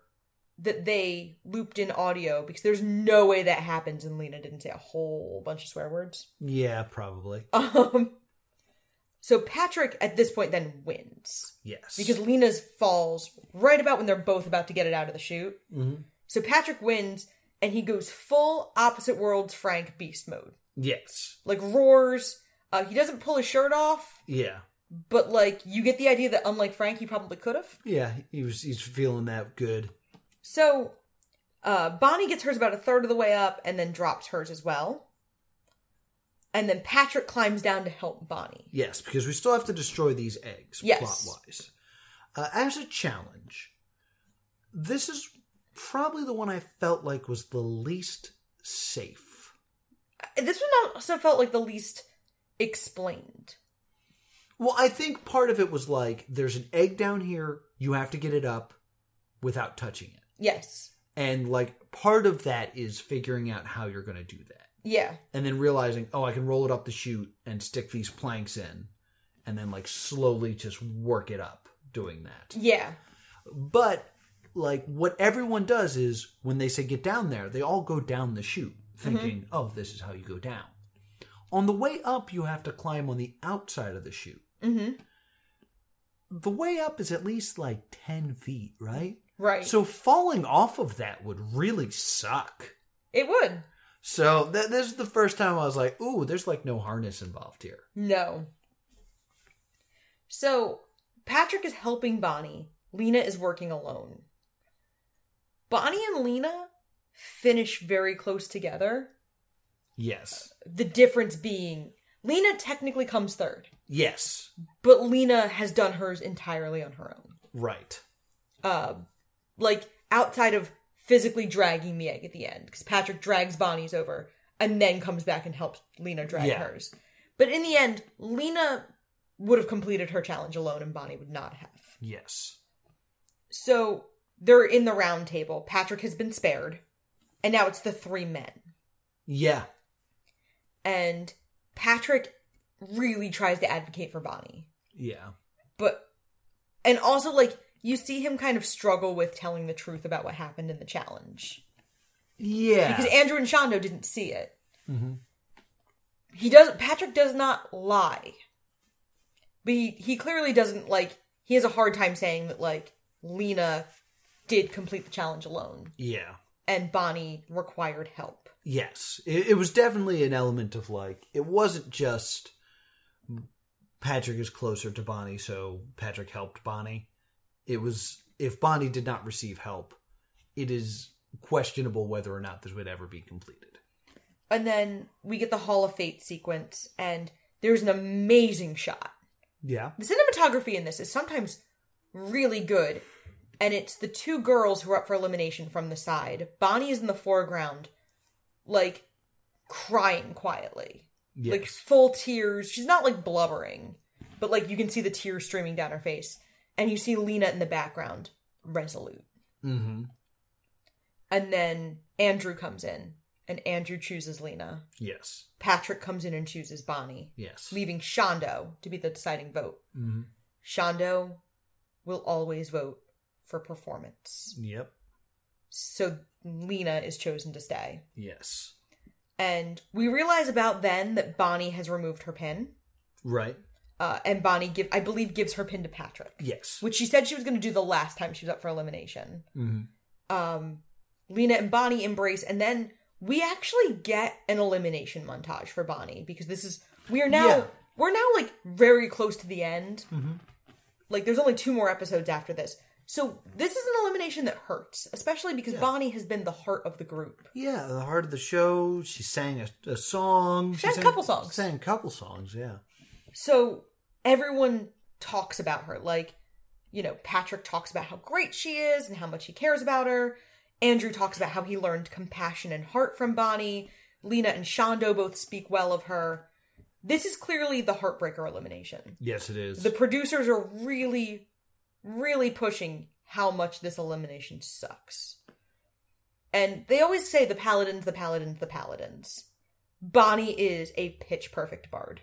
Speaker 1: that they looped in audio because there's no way that happens and Lena didn't say a whole bunch of swear words.
Speaker 2: Yeah, probably.
Speaker 1: Um, so Patrick at this point then wins
Speaker 2: Yes.
Speaker 1: because Lena's falls right about when they're both about to get it out of the chute.
Speaker 2: Mhm.
Speaker 1: So Patrick wins and he goes full opposite worlds Frank beast mode.
Speaker 2: Yes.
Speaker 1: Like roars. Uh, he doesn't pull his shirt off,
Speaker 2: Yeah.
Speaker 1: but like you get the idea that unlike Frank, he probably could have.
Speaker 2: Yeah, he was he's feeling that good.
Speaker 1: So uh, Bonnie gets hers about a third of the way up and then drops hers as well. And then Patrick climbs down to help Bonnie.
Speaker 2: Yes, because we still have to destroy these eggs
Speaker 1: Yes.
Speaker 2: plot wise. Uh, as a challenge, this is probably the one I felt like was the least safe.
Speaker 1: This one also felt like the least explained.
Speaker 2: Well, I think part of it was like there's an egg down here, you have to get it up without touching it.
Speaker 1: Yes.
Speaker 2: And like part of that is figuring out how you're going to do that.
Speaker 1: Yeah.
Speaker 2: and then realizing, oh, I can roll it up the chute and stick these planks in, and then like slowly just work it up doing that.
Speaker 1: Yeah.
Speaker 2: But like what everyone does is when they say get down there, they all go down the chute thinking, oh, this is how you go down. On the way up, you have to climb on the outside of the chute.
Speaker 1: Mm-hmm.
Speaker 2: The way up is at least like 10 feet, right?
Speaker 1: Right.
Speaker 2: So falling off of that would really suck.
Speaker 1: it would.
Speaker 2: So th- this is the first time I was like, ooh, there's like no harness involved here.
Speaker 1: No. So Patrick is helping Bonnie. Lena is working alone. Bonnie and Lena finish very close together.
Speaker 2: Yes.
Speaker 1: The difference being Lena technically comes third,
Speaker 2: Yes.
Speaker 1: but Lena has done hers entirely on her own.
Speaker 2: Right.
Speaker 1: Um, like outside of physically dragging the egg at the end, because Patrick drags Bonnie's over and then comes back and helps Lena drag
Speaker 2: Yeah.
Speaker 1: hers. But in the end, Lena would have completed her challenge alone, and Bonnie would not have.
Speaker 2: Yes.
Speaker 1: So they're in the round table. Patrick has been spared, and now it's the three men.
Speaker 2: Yeah.
Speaker 1: And Patrick really tries to advocate for Bonnie.
Speaker 2: Yeah.
Speaker 1: But, and also, like, you see him kind of struggle with telling the truth about what happened in the challenge.
Speaker 2: Yeah.
Speaker 1: Because Andrew and Shondo didn't see it.
Speaker 2: Mhm.
Speaker 1: He doesn't, Patrick does not lie. But he, he clearly doesn't, like, he has a hard time saying that, like, Lena did complete the challenge alone.
Speaker 2: yeah.
Speaker 1: and Bonnie required help.
Speaker 2: Yes. It, it was definitely an element of like, it wasn't just Patrick is closer to Bonnie, so Patrick helped Bonnie. It was, if Bonnie did not receive help, it is questionable whether or not this would ever be completed.
Speaker 1: And then we get the Hall of Fate sequence, and there's an amazing shot.
Speaker 2: Yeah.
Speaker 1: The cinematography in this is sometimes really good, and it's the two girls who are up for elimination from the side. Bonnie is in the foreground, like crying quietly,
Speaker 2: Yes.
Speaker 1: like full tears. She's not like blubbering, but like you can see the tears streaming down her face. And you see Lena in the background, resolute.
Speaker 2: mm-hmm.
Speaker 1: And then Andrew comes in, and Andrew chooses Lena.
Speaker 2: Yes.
Speaker 1: Patrick comes in and chooses Bonnie,
Speaker 2: Yes.
Speaker 1: leaving Shondo to be the deciding vote.
Speaker 2: Mhm.
Speaker 1: Shondo will always vote for performance.
Speaker 2: Yep.
Speaker 1: So Lena is chosen to stay.
Speaker 2: Yes.
Speaker 1: And we realize about then that Bonnie has removed her pin.
Speaker 2: Right.
Speaker 1: Uh, and Bonnie give I believe gives her pin to Patrick.
Speaker 2: Yes.
Speaker 1: Which she said she was gonna do the last time she was up for elimination.
Speaker 2: Mm-hmm.
Speaker 1: um, Lena and Bonnie embrace, and then we actually get an elimination montage for Bonnie because this is we are now
Speaker 2: Yeah.
Speaker 1: we're now like very close to the end.
Speaker 2: Mhm.
Speaker 1: Like there's only two more episodes after this, so this is an elimination that hurts, especially because
Speaker 2: Yeah.
Speaker 1: Bonnie has been the heart of the group.
Speaker 2: Yeah, the heart of the show. She sang a, a song. She
Speaker 1: had a
Speaker 2: sang-
Speaker 1: couple songs.
Speaker 2: Sang a couple songs. Yeah.
Speaker 1: So everyone talks about her. Like, you know, Patrick talks about how great she is and how much he cares about her. Andrew talks about how he learned compassion and heart from Bonnie. Lena and Shondo both speak well of her. This is clearly the heartbreaker elimination.
Speaker 2: Yes, it is.
Speaker 1: The producers are really, really pushing how much this elimination sucks. And they always say the paladins, the paladins, the paladins. Bonnie is a pitch perfect bard.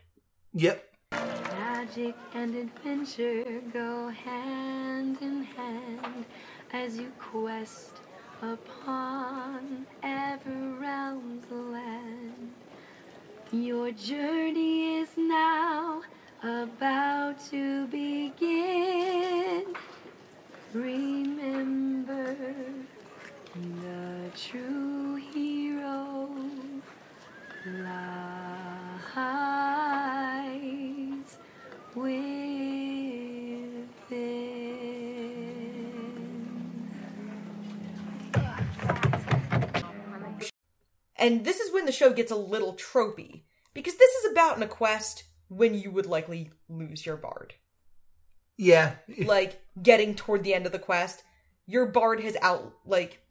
Speaker 2: yep.
Speaker 3: Magic and adventure go hand in hand as you quest upon ever realm's land. Your journey is now about to begin. Remember the true hero lies within.
Speaker 1: And this is when the show gets a little tropey, because this is about in a quest when you would likely lose your bard.
Speaker 2: Yeah.
Speaker 1: Like getting toward the end of the quest, your bard has out like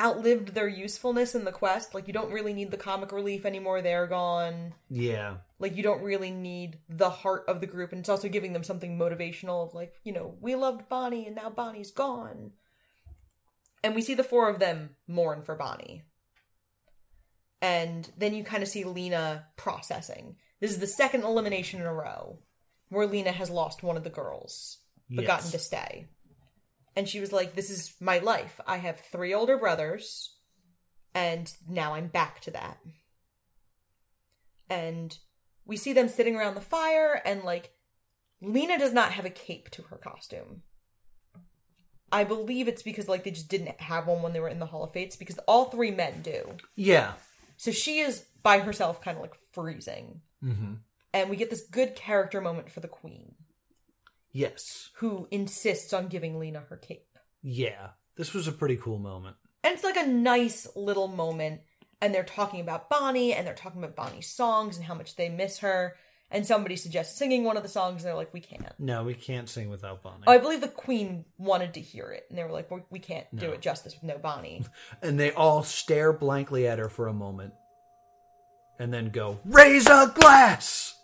Speaker 1: outlived their usefulness in the quest. Like you don't really need the comic relief anymore, they're gone.
Speaker 2: Yeah.
Speaker 1: Like you don't really need the heart of the group, and it's also giving them something motivational of like, you know, we loved Bonnie and now Bonnie's gone. And we see the four of them mourn for Bonnie. And then you kind of see Lena processing. This is the second elimination in a row where Lena has lost one of the girls, but
Speaker 2: Yes.
Speaker 1: gotten to stay. And she was like, This is my life. I have three older brothers, and now I'm back to that. And we see them sitting around the fire, and like, Lena does not have a cape to her costume. I believe it's because like they just didn't have one when they were in the Hall of Fates because all three men do.
Speaker 2: Yeah.
Speaker 1: So she is by herself, kind of like freezing.
Speaker 2: Mm-hmm.
Speaker 1: And we get this good character moment for the queen,
Speaker 2: Yes.
Speaker 1: who insists on giving Lena her cape.
Speaker 2: Yeah. This was a pretty cool moment.
Speaker 1: And it's like a nice little moment. And they're talking about Bonnie and they're talking about Bonnie's songs and how much they miss her. And somebody suggests singing one of the songs and they're like, we can't.
Speaker 2: No, we can't sing without Bonnie.
Speaker 1: Oh, I believe the Queen wanted to hear it. And they were like, we we can't do
Speaker 2: No.
Speaker 1: it justice with no Bonnie.
Speaker 2: and they all stare blankly at her for a moment and then go, Raise a glass!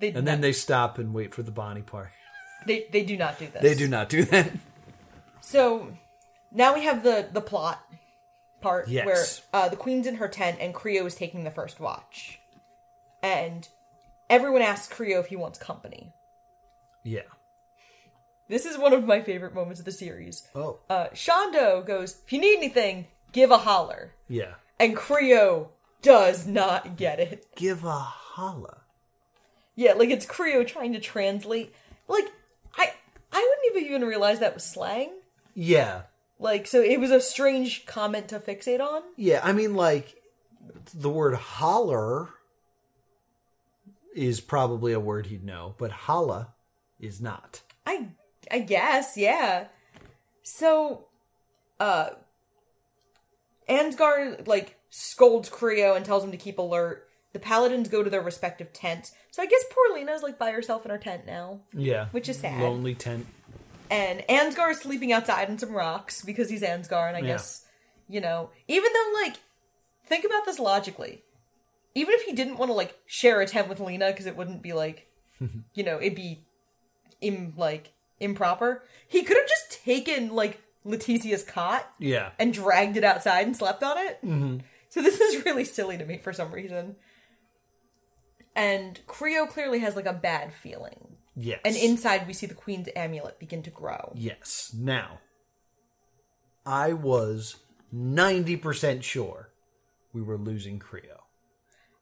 Speaker 1: They,
Speaker 2: And then they stop and wait for the Bonnie part.
Speaker 1: they, they do not do this.
Speaker 2: They do not do that.
Speaker 1: So now we have the the plot part
Speaker 2: Yes.
Speaker 1: where uh, the queen's in her tent and Creo is taking the first watch, and everyone asks Creo if he wants company.
Speaker 2: Yeah.
Speaker 1: This is one of my favorite moments of the series.
Speaker 2: Oh.
Speaker 1: Uh, Shondo goes, "If you need anything, give a holler,"
Speaker 2: Yeah.
Speaker 1: and Creo does not get it.
Speaker 2: Give a holla.
Speaker 1: Yeah, like it's Creo trying to translate. Like I I wouldn't have even realized that was slang.
Speaker 2: Yeah.
Speaker 1: Like so, it was a strange comment to fixate on.
Speaker 2: Yeah. I mean, like, the word holler is probably a word he'd know, but holla is not.
Speaker 1: I I guess, yeah. So uh Ansgar like scolds Creo and tells him to keep alert. The paladins go to their respective tents. So I guess poor Lina's like by herself in her tent now.
Speaker 2: Yeah.
Speaker 1: Which is sad.
Speaker 2: Lonely tent.
Speaker 1: And Ansgar is sleeping outside on some rocks because he's Ansgar and I
Speaker 2: Yeah.
Speaker 1: guess you know, even though like think about this logically. Even if he didn't want to like share a tent with Lena because it wouldn't be like you know, it'd be im like improper. He could have just taken like Letitia's cot
Speaker 2: Yeah.
Speaker 1: and dragged it outside and slept on it. Mm-hmm. So this is really silly to me for some reason. And Creo clearly has like a bad feeling.
Speaker 2: Yes.
Speaker 1: And inside we see the queen's amulet begin to grow.
Speaker 2: Yes. Now, I was 90% sure we were losing Creo.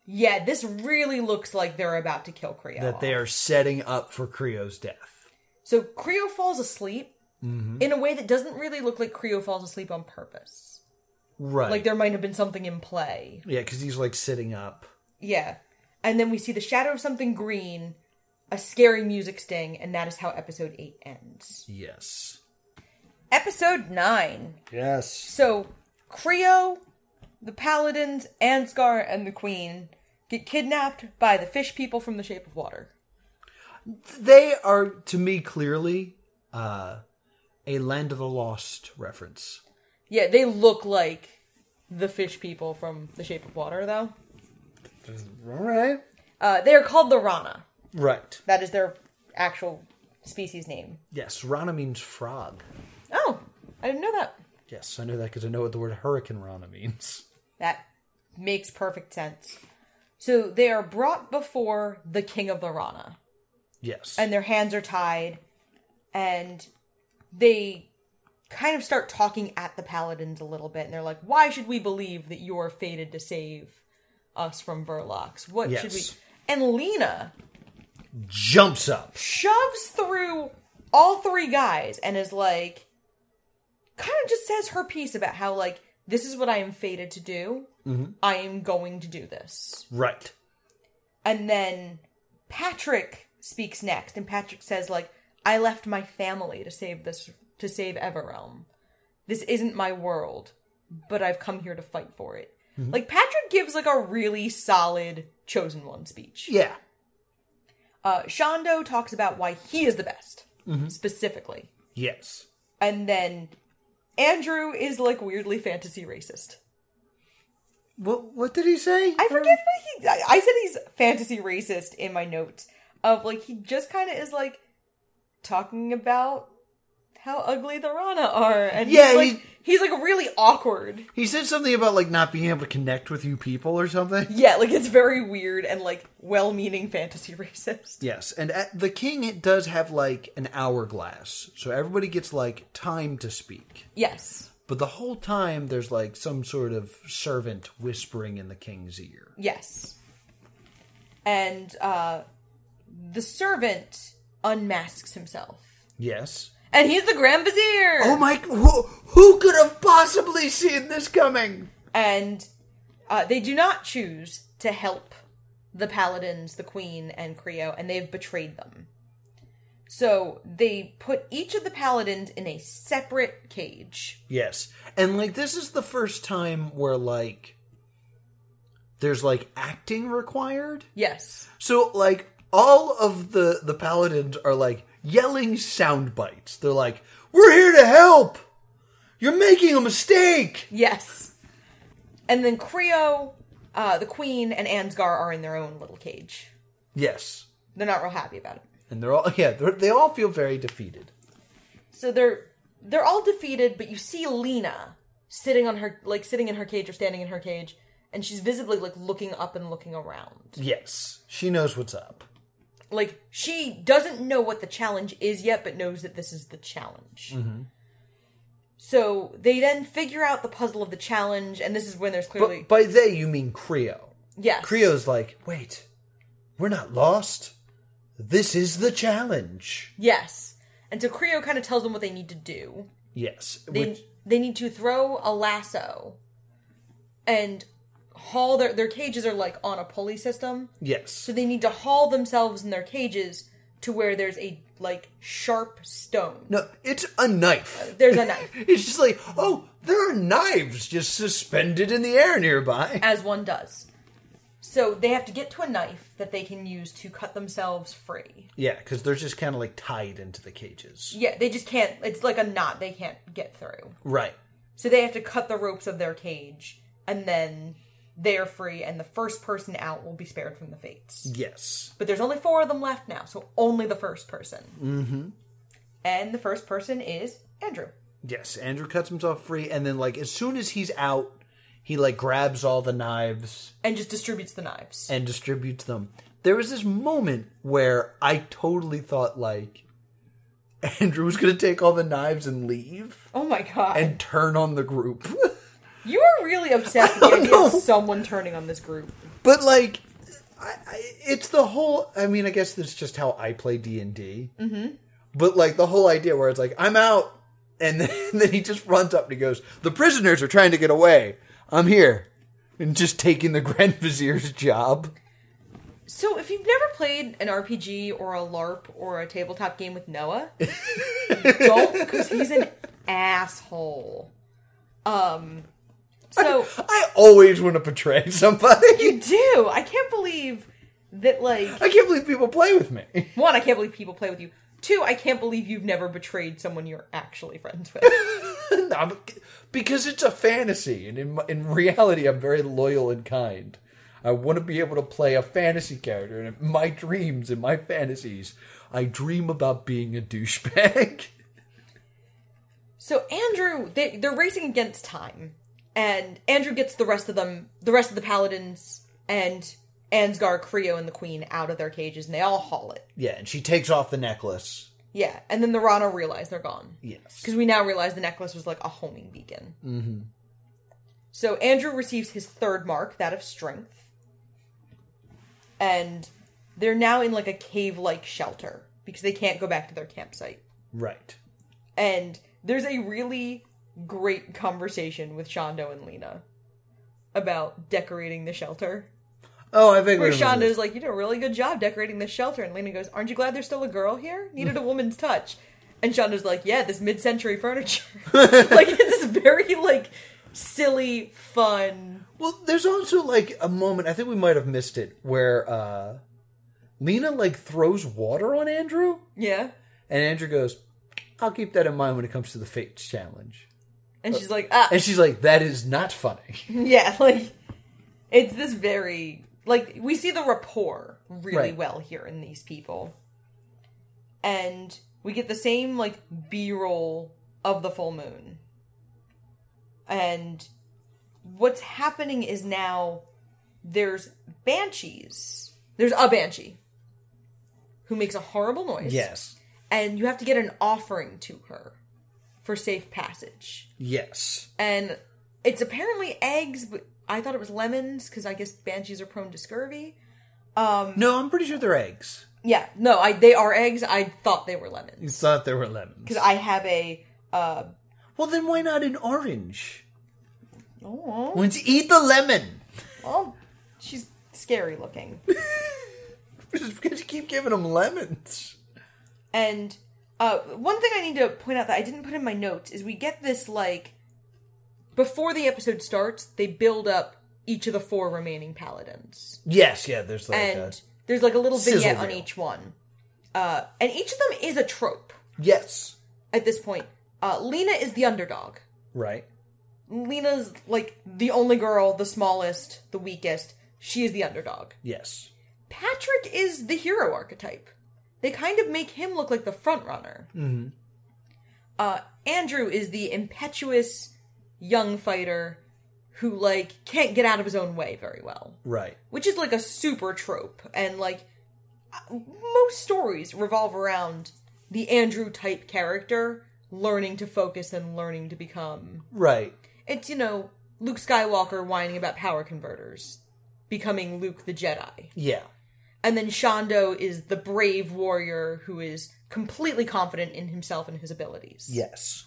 Speaker 1: Yeah, this really looks like they're about to kill Creo.
Speaker 2: That they are setting up for Creo's death.
Speaker 1: So Creo falls asleep
Speaker 2: Mm-hmm.
Speaker 1: in a way that doesn't really look like Creo falls asleep on purpose.
Speaker 2: Right.
Speaker 1: Like there might have been something in play.
Speaker 2: yeah, because he's like sitting up.
Speaker 1: Yeah. And then we see the shadow of something green, a scary music sting, and that is how episode 8 ends.
Speaker 2: Yes.
Speaker 1: Episode 9.
Speaker 2: Yes.
Speaker 1: So, Creo, the paladins, Ansgar, and the queen get kidnapped by the fish people from the shape of water.
Speaker 2: They are, to me, clearly uh, a Land of the Lost reference.
Speaker 1: Yeah, they look like the fish people from the shape of water, though.
Speaker 2: All right.
Speaker 1: Uh, they are called the Rana.
Speaker 2: Right.
Speaker 1: That is their actual species name.
Speaker 2: Yes, Rana means frog.
Speaker 1: Oh, I didn't know that.
Speaker 2: Yes, I know that because I know what the word hurricane Rana means.
Speaker 1: That makes perfect sense. So they are brought before the king of the Rana,
Speaker 2: Yes.
Speaker 1: and their hands are tied, and they kind of start talking at the paladins a little bit, and they're like, "Why should we believe that you're fated to save us from Verlocks? What should we?"
Speaker 2: Yes.
Speaker 1: And Lena
Speaker 2: Jumps up.
Speaker 1: shoves through all three guys and is like, kind of just says her piece about how like this is what I am fated to do. I am going to do this.
Speaker 2: Right.
Speaker 1: And then Patrick speaks next, and Patrick says, like, I left my family to save this to save Everrealm. This isn't my world, but I've come here to fight for it. Like Patrick gives like a really solid chosen one speech.
Speaker 2: Yeah.
Speaker 1: Uh Shondo talks about why he is the best,
Speaker 2: Mm-hmm.
Speaker 1: specifically.
Speaker 2: Yes.
Speaker 1: And then Andrew is like weirdly fantasy racist.
Speaker 2: What What did he say?
Speaker 1: I forget what he. I, I said he's fantasy racist in my notes. Of like he just kind of is like talking about how ugly the Rana are, and
Speaker 2: Yeah,
Speaker 1: he's like
Speaker 2: he-
Speaker 1: he's like really awkward.
Speaker 2: He said something about like not being able to connect with you people or something.
Speaker 1: Yeah, like it's very weird and like well-meaning fantasy racist.
Speaker 2: Yes, and at, the king does have like an hourglass, so everybody gets like time to speak.
Speaker 1: Yes,
Speaker 2: But the whole time, there's like some sort of servant whispering in the king's ear.
Speaker 1: yes. And uh the servant unmasks himself,
Speaker 2: Yes.
Speaker 1: and he's the Grand Vizier.
Speaker 2: Oh my! Who, who could have possibly seen this coming?
Speaker 1: and uh, they do not choose to help the paladins, the queen, and Creo, and they've betrayed them. So they put each of the paladins in a separate cage.
Speaker 2: Yes. And like this is the first time where like there's like acting required.
Speaker 1: Yes.
Speaker 2: So like all of the the paladins are like yelling sound bites. They're like, "We're here to help. You're making a mistake."
Speaker 1: Yes. And then Creo, uh, the queen, and Ansgar are in their own little cage.
Speaker 2: Yes.
Speaker 1: They're not real happy about it.
Speaker 2: And they're all yeah, they're, they all feel very defeated.
Speaker 1: So they're they're all defeated, but you see Lena sitting on her like sitting in her cage or standing in her cage, and she's visibly like looking up and looking around.
Speaker 2: Yes. She knows what's up.
Speaker 1: Like she doesn't know what the challenge is yet, but knows that this is the challenge.
Speaker 2: Mm-hmm.
Speaker 1: So they then figure out the puzzle of the challenge, and this is when there's clearly
Speaker 2: But by they you mean Creo.
Speaker 1: yes,
Speaker 2: Creo's like, "Wait. We're not lost. This is the challenge."
Speaker 1: yes, and so Creo kind of tells them what they need to do.
Speaker 2: Yes.
Speaker 1: they
Speaker 2: Which
Speaker 1: they need to throw a lasso and haul their their cages are like on a pulley system
Speaker 2: yes.
Speaker 1: so they need to haul themselves in their cages to where there's a like sharp stone
Speaker 2: No, it's a knife.
Speaker 1: there's Uh, a knife
Speaker 2: It's just like, oh, there are knives just suspended in the air nearby.
Speaker 1: as one does so they have to get to a knife that they can use to cut themselves free
Speaker 2: Yeah, because they're just kind of like tied into the cages.
Speaker 1: yeah they just can't it's like a knot they can't get through
Speaker 2: Right.
Speaker 1: so they have to cut the ropes of their cage and then they're free and the first person out will be spared from the fates
Speaker 2: Yes.
Speaker 1: But there's only four of them left now, so only the first person. Mm-hmm. And the first person is Andrew.
Speaker 2: Yes. Andrew cuts himself free, and then, like, as soon as he's out, he, like, grabs all the knives
Speaker 1: And just distributes the knives.
Speaker 2: and distributes them. There was this moment where I totally thought, like, Andrew was going to take all the knives and leave
Speaker 1: oh my god.
Speaker 2: and turn on the group.
Speaker 1: you are really obsessed with the idea of someone turning on this group.
Speaker 2: but like I, I, it's the whole i mean i guess that's just how i play d&d mm-hmm. but like the whole idea where it's like i'm out and then, then he just runs up and he goes the prisoners are trying to get away i'm here and just taking the grand vizier's job
Speaker 1: So if you've never played an RPG or a LARP or a tabletop game with Noah, don't because he's an asshole. Um so
Speaker 2: i always want to betray somebody
Speaker 1: you do. I can't believe that like
Speaker 2: i can't believe people play with me
Speaker 1: One, I can't believe people play with you. Two, I can't believe you've never betrayed someone you're actually friends with.
Speaker 2: No, but- because it's a fantasy and in, in reality i'm very loyal and kind i want to be able to play a fantasy character and in my dreams and my fantasies i dream about being a douchebag
Speaker 1: so Andrew, they, they're racing against time, and Andrew gets the rest of them, the rest of the paladins, and Ansgar, Creo, and the Queen out of their cages, and they all haul it.
Speaker 2: yeah and she takes off the necklace
Speaker 1: Yeah, and then the Rana realize they're gone
Speaker 2: yes
Speaker 1: because we now realize the necklace was like a homing beacon. Mm-hmm. So Andrew receives his third mark, that of strength, and they're now in like a cave-like shelter because they can't go back to their campsite.
Speaker 2: right
Speaker 1: And there's a really great conversation with Shondo and Lena about decorating the shelter.
Speaker 2: oh i think
Speaker 1: Where Shondo's like, You did a really good job decorating this shelter. And Lena goes, Aren't you glad there's still a girl here? Needed a woman's touch. And Shondo's like, Yeah, this mid century furniture. like, it's this very, like, silly, fun.
Speaker 2: well there's also like a moment i think we might have missed it where uh lena like throws water on andrew
Speaker 1: Yeah.
Speaker 2: and andrew goes i'll keep that in mind when it comes to the fates challenge
Speaker 1: And she's like, Ah,
Speaker 2: and she's like that is not funny
Speaker 1: yeah. Like, it's this very, like, we see the rapport really
Speaker 2: Right.
Speaker 1: well here in these people. And we get the same, like, B roll of the full moon. And what's happening is now there's banshees. There's a banshee who makes a horrible noise.
Speaker 2: yes
Speaker 1: And you have to get an offering to her for safe passage.
Speaker 2: Yes.
Speaker 1: And it's apparently eggs, but I thought it was lemons because I guess banshees are prone to scurvy. Um,
Speaker 2: No, I'm pretty sure they're eggs.
Speaker 1: Yeah, no, I they are eggs. I thought they were lemons.
Speaker 2: You thought they were lemons.
Speaker 1: I have a uh
Speaker 2: Well, then why not an orange?
Speaker 1: oh,
Speaker 2: Let's eat the lemon.
Speaker 1: well, she's scary looking.
Speaker 2: Just because you keep giving them lemons.
Speaker 1: And uh, one thing I need to point out that I didn't put in my notes is we get this like before the episode starts, they build up each of the four remaining paladins,
Speaker 2: Yes, yeah. There's like uh,
Speaker 1: and
Speaker 2: a,
Speaker 1: there's like a little
Speaker 2: Sizzle
Speaker 1: vignette on
Speaker 2: reel.
Speaker 1: each one, uh, and each of them is a trope
Speaker 2: yes,
Speaker 1: at this point. Uh, Lena is the underdog.
Speaker 2: right.
Speaker 1: Lena's like the only girl, the smallest, the weakest. She is the underdog.
Speaker 2: Yes,
Speaker 1: Patrick is the hero archetype. They kind of make him look like the front runner. Mm-hmm. Uh, Andrew is the impetuous young fighter who like can't get out of his own way very well,
Speaker 2: right.
Speaker 1: which is like a super trope. And like uh, most stories revolve around the Andrew type character learning to focus and learning to become.
Speaker 2: Right.
Speaker 1: It's you know Luke Skywalker whining about power converters, becoming Luke the Jedi.
Speaker 2: Yeah.
Speaker 1: And then Shondo is the brave warrior who is completely confident in himself and his abilities.
Speaker 2: Yes.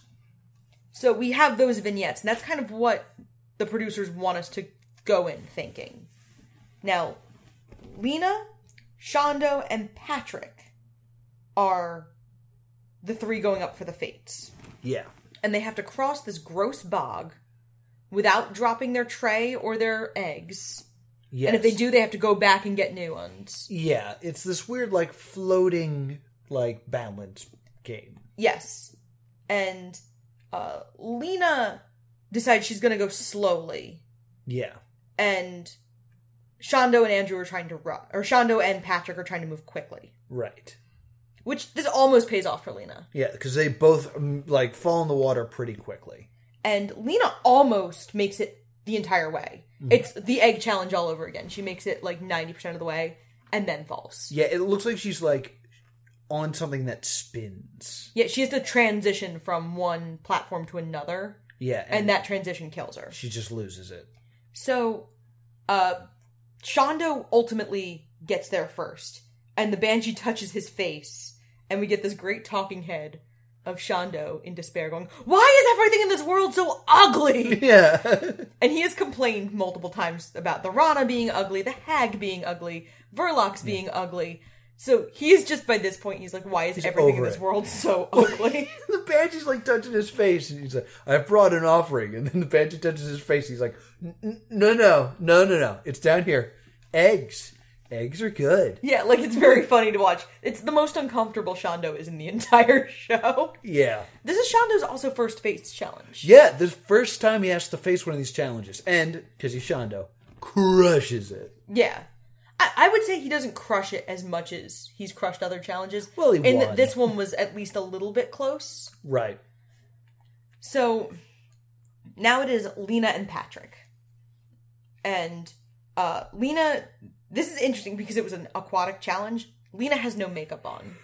Speaker 1: So we have those vignettes, and that's kind of what the producers want us to go in thinking. Now, Lena, Shondo, and Patrick are the three going up for the fates.
Speaker 2: Yeah.
Speaker 1: And they have to cross this gross bog without dropping their tray or their eggs.
Speaker 2: Yes.
Speaker 1: And if they do, they have to go back and get new ones.
Speaker 2: yeah, it's this weird like floating like balance game.
Speaker 1: Yes. And uh, Lena decides she's going to go slowly.
Speaker 2: Yeah.
Speaker 1: And Shondo and Andrew are trying to run. Or Shondo and Patrick are trying to move quickly.
Speaker 2: Right.
Speaker 1: Which this almost pays off for Lena.
Speaker 2: Yeah, because they both um, like fall in the water pretty quickly.
Speaker 1: And Lena almost makes it the entire way. It's the egg challenge all over again. She makes it like 90% of the way and then falls.
Speaker 2: Yeah, it looks like she's like on something that spins.
Speaker 1: Yet she has to transition from one platform to another.
Speaker 2: Yeah,
Speaker 1: And that transition kills her.
Speaker 2: she just loses it.
Speaker 1: So, uh, Shondo ultimately gets there first, and the banshee touches his face, and we get this great talking head of Shondo in despair going, Why is everything in this world so ugly?
Speaker 2: Yeah.
Speaker 1: and he has complained multiple times about the Rana being ugly, the hag being ugly, Verlox being ugly. So he's just by this point, he's like, Why is everything in
Speaker 2: over
Speaker 1: this
Speaker 2: it.
Speaker 1: world so ugly?
Speaker 2: the banshee's like touching his face, and he's like, "I've brought an offering." And then the banshee touches his face. He's like, "N- n- "No, no, no, no, no! It's down here. Eggs, eggs are good."
Speaker 1: yeah, like it's very funny to watch. It's the most uncomfortable Shondo is in the entire show.
Speaker 2: Yeah,
Speaker 1: This is Shondo's also first face challenge.
Speaker 2: yeah. The first time he has to face one of these challenges, and because he's Shondo, crushes it.
Speaker 1: Yeah. I, I would say he doesn't crush it as much as he's crushed other challenges.
Speaker 2: Well, he
Speaker 1: and
Speaker 2: won.
Speaker 1: that this one was at least a little bit close.
Speaker 2: Right.
Speaker 1: So now it is Lena and Patrick. And uh Lena this is interesting because it was an aquatic challenge. Lena has no makeup on.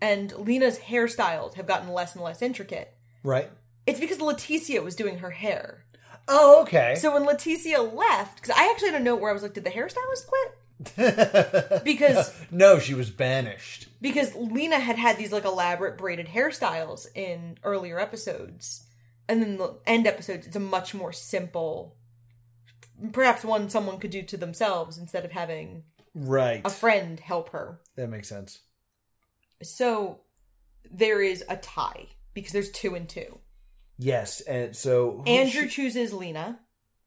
Speaker 1: And Lena's hairstyles have gotten less and less intricate.
Speaker 2: Right.
Speaker 1: It's because Leticia was doing her hair.
Speaker 2: Oh, okay.
Speaker 1: So when Leticia left, because I actually had a note where I was like, did the hairstylist quit? because
Speaker 2: no, she was banished.
Speaker 1: because Lena had had these like elaborate braided hairstyles in earlier episodes, and then the end episodes, it's a much more simple, perhaps one someone could do to themselves instead of having
Speaker 2: Right.
Speaker 1: a friend help her.
Speaker 2: That makes sense.
Speaker 1: So there is a tie because there's two and two.
Speaker 2: Yes, and so who
Speaker 1: Andrew
Speaker 2: sh-
Speaker 1: chooses Lena,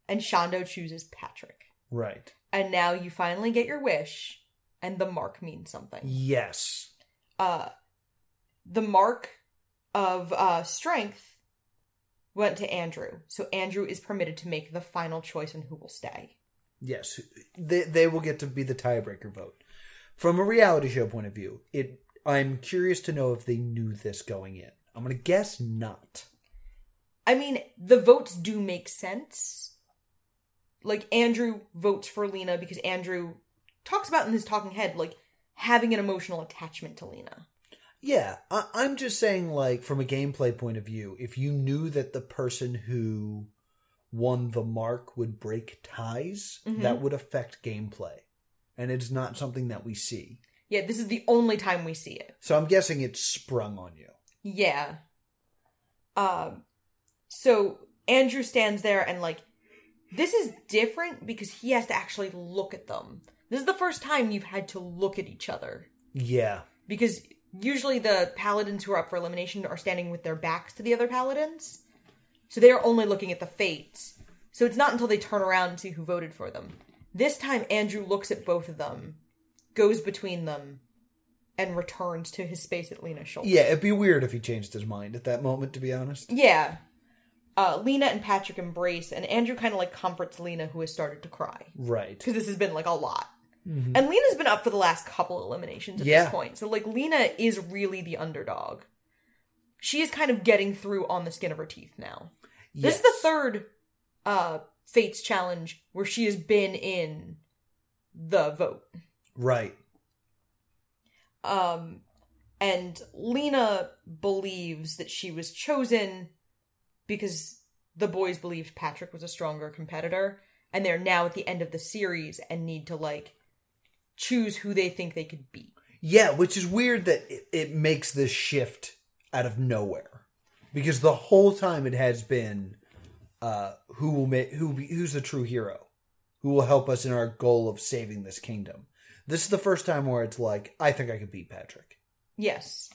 Speaker 1: and Shondo chooses Patrick.
Speaker 2: right.
Speaker 1: And now you finally get your wish, and the mark means something.
Speaker 2: Yes.
Speaker 1: uh the mark of uh strength went to Andrew. So Andrew is permitted to make the final choice on who will stay.
Speaker 2: Yes, they they will get to be the tiebreaker vote. From a reality show point of view, it I'm curious to know if they knew this going in. I'm gonna guess not.
Speaker 1: I mean, the votes do make sense. Like Andrew votes for Lena because Andrew talks about in his talking head like having an emotional attachment to Lena.
Speaker 2: Yeah, I, I'm just saying, like from a gameplay point of view, if you knew that the person who won the mark would break ties,
Speaker 1: Mhm.
Speaker 2: that would affect gameplay, and it's not something that we see.
Speaker 1: Yeah, this is the only time we see it.
Speaker 2: So I'm guessing it's sprung on you.
Speaker 1: Yeah. Um so Andrew stands there and like this is different because he has to actually look at them. This is the first time you've had to look at each other
Speaker 2: Yeah,
Speaker 1: because usually the paladins who are up for elimination are standing with their backs to the other paladins. So they are only looking at the fates. So it's not until they turn around and see who voted for them. This time Andrew looks at both of them, goes between them, and returns to his space at Lena's shoulder.
Speaker 2: Yeah, it'd be weird if he changed his mind at that moment, to be honest.
Speaker 1: Yeah. Uh, Lena and Patrick embrace, and Andrew kind of like comforts Lena, who has started to cry
Speaker 2: Right.
Speaker 1: because this has been like a lot. And Lena's been up for the last couple eliminations at
Speaker 2: Yeah.
Speaker 1: this point, so like Lena is really the underdog. She is kind of getting through on the skin of her teeth now. This is the
Speaker 2: Yes.
Speaker 1: third uh Fates challenge where she has been in the vote.
Speaker 2: Right.
Speaker 1: Um, and Lena believes that she was chosen because the boys believed Patrick was a stronger competitor, and they're now at the end of the series and need to like choose who they think they could beat.
Speaker 2: Yeah, which is weird that it, it makes this shift out of nowhere, because the whole time it has been, uh, who will make who be, who's the true hero, who will help us in our goal of saving this kingdom. This is the first time where it's like, I think I could beat Patrick,
Speaker 1: Yes.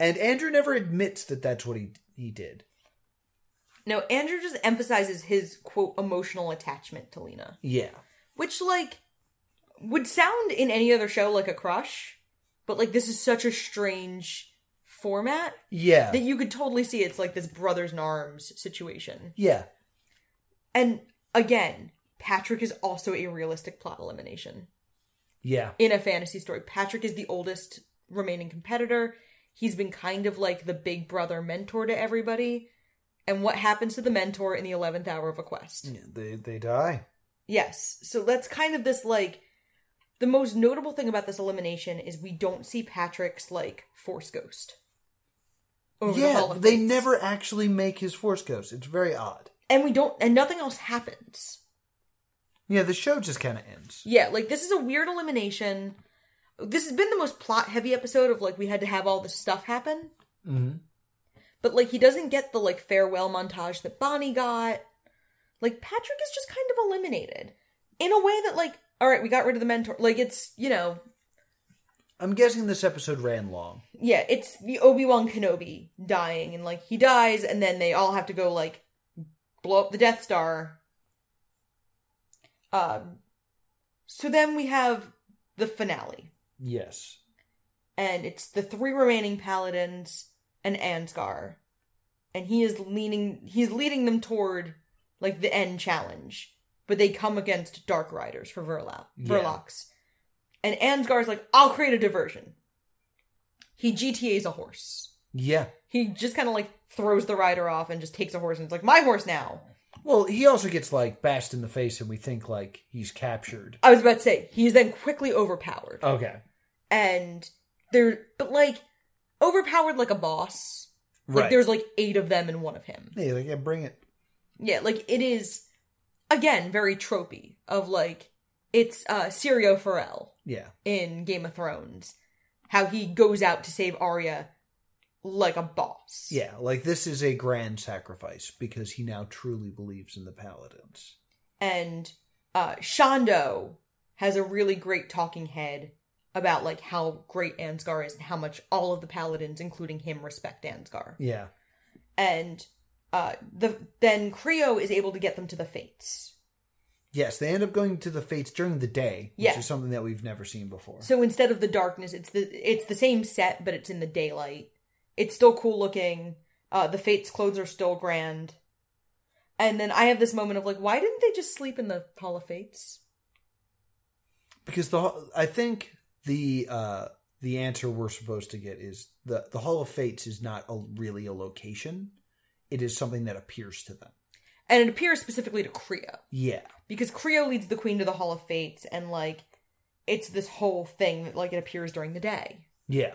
Speaker 2: and Andrew never admits that that's what he he did.
Speaker 1: No, Andrew just emphasizes his quote emotional attachment to Lena,
Speaker 2: Yeah,
Speaker 1: which like would sound in any other show like a crush, but like this is such a strange format
Speaker 2: yeah,
Speaker 1: that you could totally see it's like this brothers in arms situation.
Speaker 2: yeah,
Speaker 1: And again, Patrick is also a realistic plot elimination.
Speaker 2: yeah,
Speaker 1: In a fantasy story, Patrick is the oldest remaining competitor. He's been kind of like the big brother mentor to everybody. And what happens to the mentor in the 11th hour of a quest?
Speaker 2: yeah. They they die.
Speaker 1: Yes. So that's kind of this like. The most notable thing about this elimination is we don't see Patrick's like force ghost. over the Hall
Speaker 2: Yeah,
Speaker 1: of
Speaker 2: they
Speaker 1: Fates.
Speaker 2: never actually make his force ghost. It's very odd.
Speaker 1: and we don't and nothing else happens.
Speaker 2: Yeah, the show just kind of ends.
Speaker 1: Yeah, like this is a weird elimination. This has been the most plot heavy episode of like we had to have all this stuff happen.
Speaker 2: Mm-hmm.
Speaker 1: But like he doesn't get the like farewell montage that Bonnie got. Like Patrick is just kind of eliminated in a way that like all right, we got rid of the mentor. Like it's, you know,
Speaker 2: I'm guessing this episode ran long.
Speaker 1: yeah, it's the Obi-Wan Kenobi dying and like he dies and then they all have to go like blow up the Death Star. Um so then we have the finale.
Speaker 2: Yes.
Speaker 1: and it's the three remaining paladins and Ansgar. And he is leaning he's leading them toward like the end challenge. But they come against Dark Riders for Verla-
Speaker 2: Yeah.
Speaker 1: Verlox. And Ansgar's like, I'll create a diversion. He GTA's a horse.
Speaker 2: Yeah.
Speaker 1: He just kinda like throws the rider off and just takes a horse and it's like, my horse now.
Speaker 2: Well, he also gets like bashed in the face, and we think like he's captured.
Speaker 1: I was about to say, he's then quickly overpowered.
Speaker 2: Okay.
Speaker 1: and they're but like overpowered like a boss. Like
Speaker 2: Right.
Speaker 1: there's like eight of them and one of him.
Speaker 2: Yeah, like, yeah, bring it.
Speaker 1: Yeah, like it is again very tropey of like it's uh Sirio Farrell
Speaker 2: Yeah.
Speaker 1: in Game of Thrones. How he goes out to save Arya like a boss.
Speaker 2: Yeah. Like this is a grand sacrifice because he now truly believes in the paladins.
Speaker 1: And uh Shondo has a really great talking head about like how great Ansgar is and how much all of the paladins, including him, respect Ansgar.
Speaker 2: Yeah.
Speaker 1: and uh, the then Creo is able to get them to the Fates.
Speaker 2: Yes, they end up going to the fates during the day, which
Speaker 1: Yeah.
Speaker 2: is something that we've never seen before.
Speaker 1: So instead of the darkness, it's the it's the same set, but it's in the daylight. It's still cool looking. Uh, the Fates' clothes are still grand. And then I have this moment of like, why didn't they just sleep in the Hall of Fates?
Speaker 2: because the ho- I think the uh the answer we're supposed to get is the the Hall of Fates is not a, really a location. It is something that appears to them.
Speaker 1: And it appears specifically to Creo
Speaker 2: Yeah.
Speaker 1: because Creo leads the Queen to the Hall of Fates, and like, it's this whole thing that like it appears during the day.
Speaker 2: Yeah.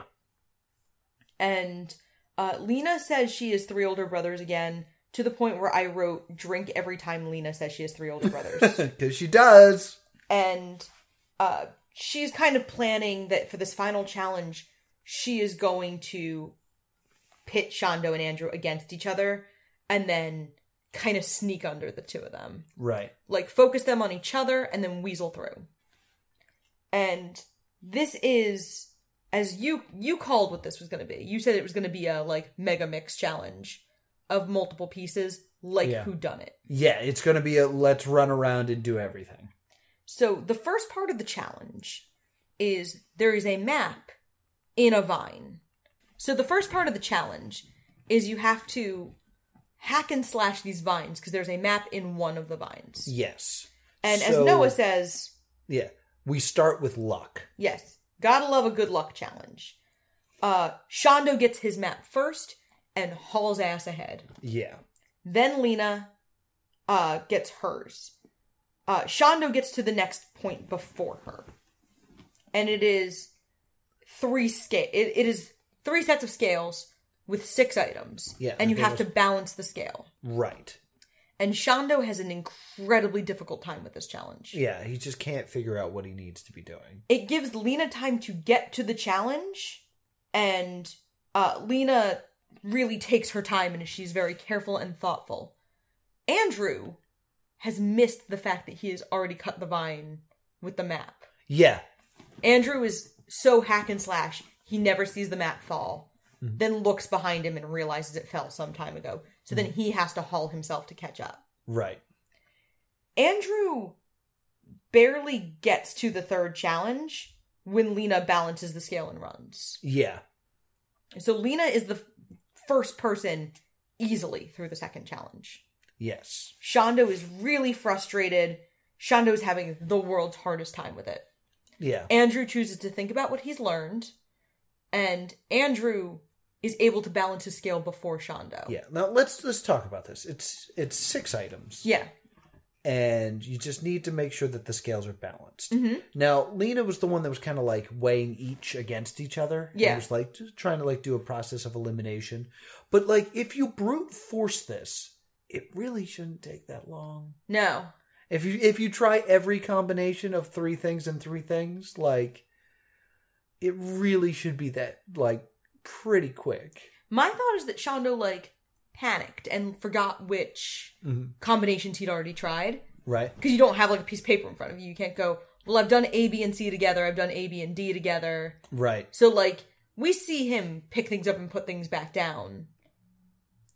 Speaker 1: And uh, Lena says she has three older brothers again, to the point where I wrote drink every time Lena says she has three older brothers.
Speaker 2: Because she does.
Speaker 1: and uh, she's kind of planning that for this final challenge, she is going to pit Shondo and Andrew against each other and then kind of sneak under the two of them
Speaker 2: Right.
Speaker 1: like focus them on each other and then weasel through. And this is as you you called what this was going to be. You said it was going to be a like mega mix challenge of multiple pieces, like
Speaker 2: Yeah.
Speaker 1: who done it.
Speaker 2: Yeah, it's going to be a let's run around and do everything.
Speaker 1: So the first part of the challenge is there is a map in a vine. So the first part of the challenge is you have to hack and slash these vines because there's a map in one of the vines.
Speaker 2: Yes.
Speaker 1: And
Speaker 2: So-
Speaker 1: as Noah says,
Speaker 2: Yeah. We start with luck.
Speaker 1: Yes. Gotta love a good luck challenge. Uh Shondo gets his map first and hauls ass ahead.
Speaker 2: Yeah.
Speaker 1: Then Lena uh gets hers. Uh Shondo gets to the next point before her. And it is three scale it, it is three sets of scales with six items.
Speaker 2: Yeah,
Speaker 1: And you
Speaker 2: and
Speaker 1: have to
Speaker 2: those-
Speaker 1: balance the scale.
Speaker 2: Right.
Speaker 1: And Shondo has an incredibly difficult time with this challenge.
Speaker 2: Yeah, he just can't figure out what he needs to be doing.
Speaker 1: it gives Lena time to get to the challenge, and uh, Lena really takes her time and she's very careful and thoughtful. Andrew has missed the fact that he has already cut the vine with the map.
Speaker 2: Yeah.
Speaker 1: Andrew is so hack and slash, he never sees the map fall, then looks behind him and realizes it fell some time ago. So then he has to haul himself to catch up.
Speaker 2: Right.
Speaker 1: Andrew barely gets to the third challenge when Lena balances the scale and runs.
Speaker 2: Yeah.
Speaker 1: So Lena is the f- first person easily through the second challenge.
Speaker 2: Yes.
Speaker 1: Shondo is really frustrated. Shondo is having the world's hardest time with it.
Speaker 2: Yeah.
Speaker 1: Andrew chooses to think about what he's learned, and Andrew is able to balance his scale before Shondo.
Speaker 2: Yeah. Now let's let's talk about this. It's it's six items.
Speaker 1: Yeah.
Speaker 2: and you just need to make sure that the scales are balanced. Now, Lena was the one that was kind of like weighing each against each other. and
Speaker 1: Yeah.
Speaker 2: was like just trying to like do a process of elimination. But like, if you brute force this, it really shouldn't take that long.
Speaker 1: No.
Speaker 2: If you if you try every combination of three things and three things, like, it really should be that like pretty quick.
Speaker 1: My thought is that Shondo like panicked and forgot which combinations he'd already tried
Speaker 2: Right.
Speaker 1: because you don't have like a piece of paper in front of you. You can't go, well, I've done A, B, and C together. I've done A, B, and D together.
Speaker 2: Right.
Speaker 1: So like we see him pick things up and put things back down,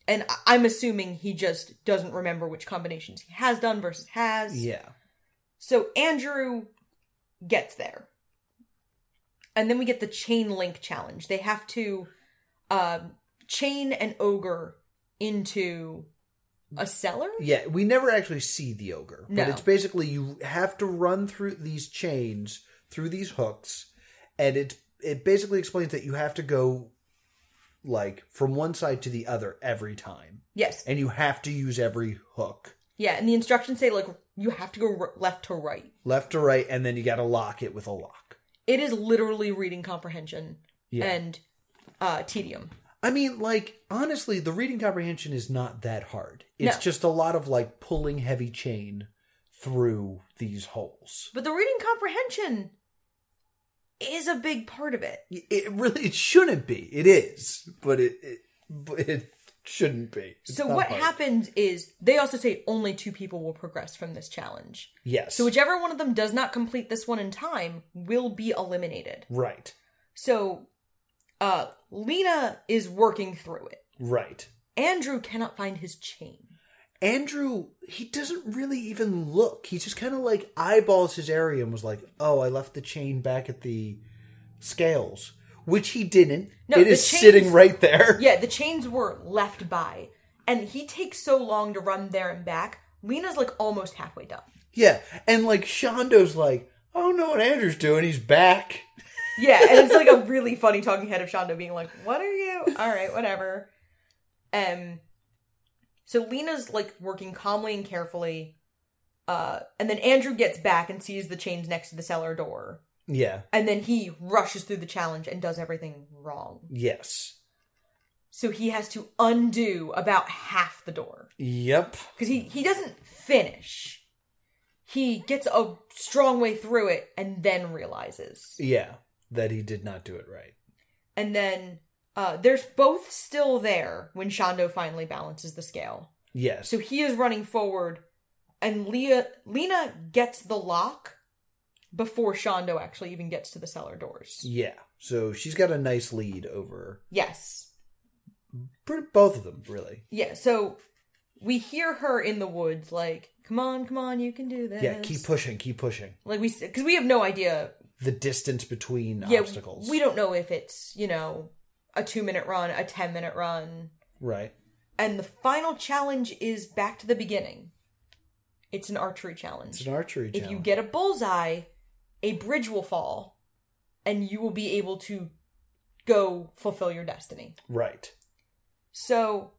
Speaker 1: and I- I'm assuming he just doesn't remember which combinations he has done versus has.
Speaker 2: Yeah.
Speaker 1: So Andrew gets there. And then we get the chain link challenge. They have to um, chain an ogre into a cellar?
Speaker 2: Yeah, we never actually see the ogre, but
Speaker 1: No.
Speaker 2: it's basically you have to run through these chains, through these hooks, and it it basically explains that you have to go like from one side to the other every time,
Speaker 1: Yes.
Speaker 2: and you have to use every hook,
Speaker 1: Yeah, and the instructions say, like, you have to go r- left to right.
Speaker 2: left to right, and then you got to lock it with a lock.
Speaker 1: It is literally reading comprehension
Speaker 2: Yeah,
Speaker 1: and uh, tedium.
Speaker 2: I mean, like honestly, the reading comprehension is not that hard. It's
Speaker 1: No.
Speaker 2: just a lot of like pulling heavy chain through these holes.
Speaker 1: But the reading comprehension is a big part of it.
Speaker 2: it really it shouldn't be it is but it it, but it shouldn't be It's
Speaker 1: So
Speaker 2: not
Speaker 1: what
Speaker 2: hard.
Speaker 1: happens is they also say only two people will progress from this challenge.
Speaker 2: yes
Speaker 1: So whichever one of them does not complete this one in time will be eliminated.
Speaker 2: right
Speaker 1: So uh Lena is working through it.
Speaker 2: right
Speaker 1: Andrew cannot find his chain.
Speaker 2: andrew he doesn't really even look he just kind of like eyeballs his area and was like oh i left the chain back at the scales which he didn't
Speaker 1: No,
Speaker 2: It
Speaker 1: the
Speaker 2: is
Speaker 1: chains-
Speaker 2: sitting right there
Speaker 1: Yeah, the chains were left by and he takes so long to run there and back. Lena's like almost halfway done.
Speaker 2: yeah and like shondo's like i don't know what andrew's doing he's back
Speaker 1: Yeah, and it's like a really funny talking head of Shonda being like, "What are you? All right, whatever." Um, so Lena's like working calmly and carefully, uh, and then Andrew gets back and sees the chains next to the cellar door,
Speaker 2: yeah
Speaker 1: and then he rushes through the challenge and does everything wrong.
Speaker 2: yes
Speaker 1: So he has to undo about half the door
Speaker 2: yep
Speaker 1: because he he doesn't finish. He gets a strong way through it and then realizes.
Speaker 2: yeah that he did not do it right
Speaker 1: and then uh, there's both still there when Shondo finally balances the scale.
Speaker 2: yes
Speaker 1: So he is running forward, and Leah Lena gets the lock before Shondo actually even gets to the cellar doors.
Speaker 2: yeah So she's got a nice lead over
Speaker 1: Yes.
Speaker 2: pretty, both of them, really.
Speaker 1: Yeah, so we hear her in the woods, like, come on, come on, you can do this.
Speaker 2: Yeah, keep pushing, keep pushing.
Speaker 1: Like, we, because we have no idea.
Speaker 2: The distance between
Speaker 1: Yeah,
Speaker 2: obstacles.
Speaker 1: we don't know if it's, you know, a two minute run, a 10 minute run.
Speaker 2: right.
Speaker 1: And the final challenge is back to the beginning. It's an archery challenge.
Speaker 2: It's an archery
Speaker 1: if
Speaker 2: challenge.
Speaker 1: you get a bullseye, a bridge will fall, and you will be able to go fulfill your destiny.
Speaker 2: right.
Speaker 1: So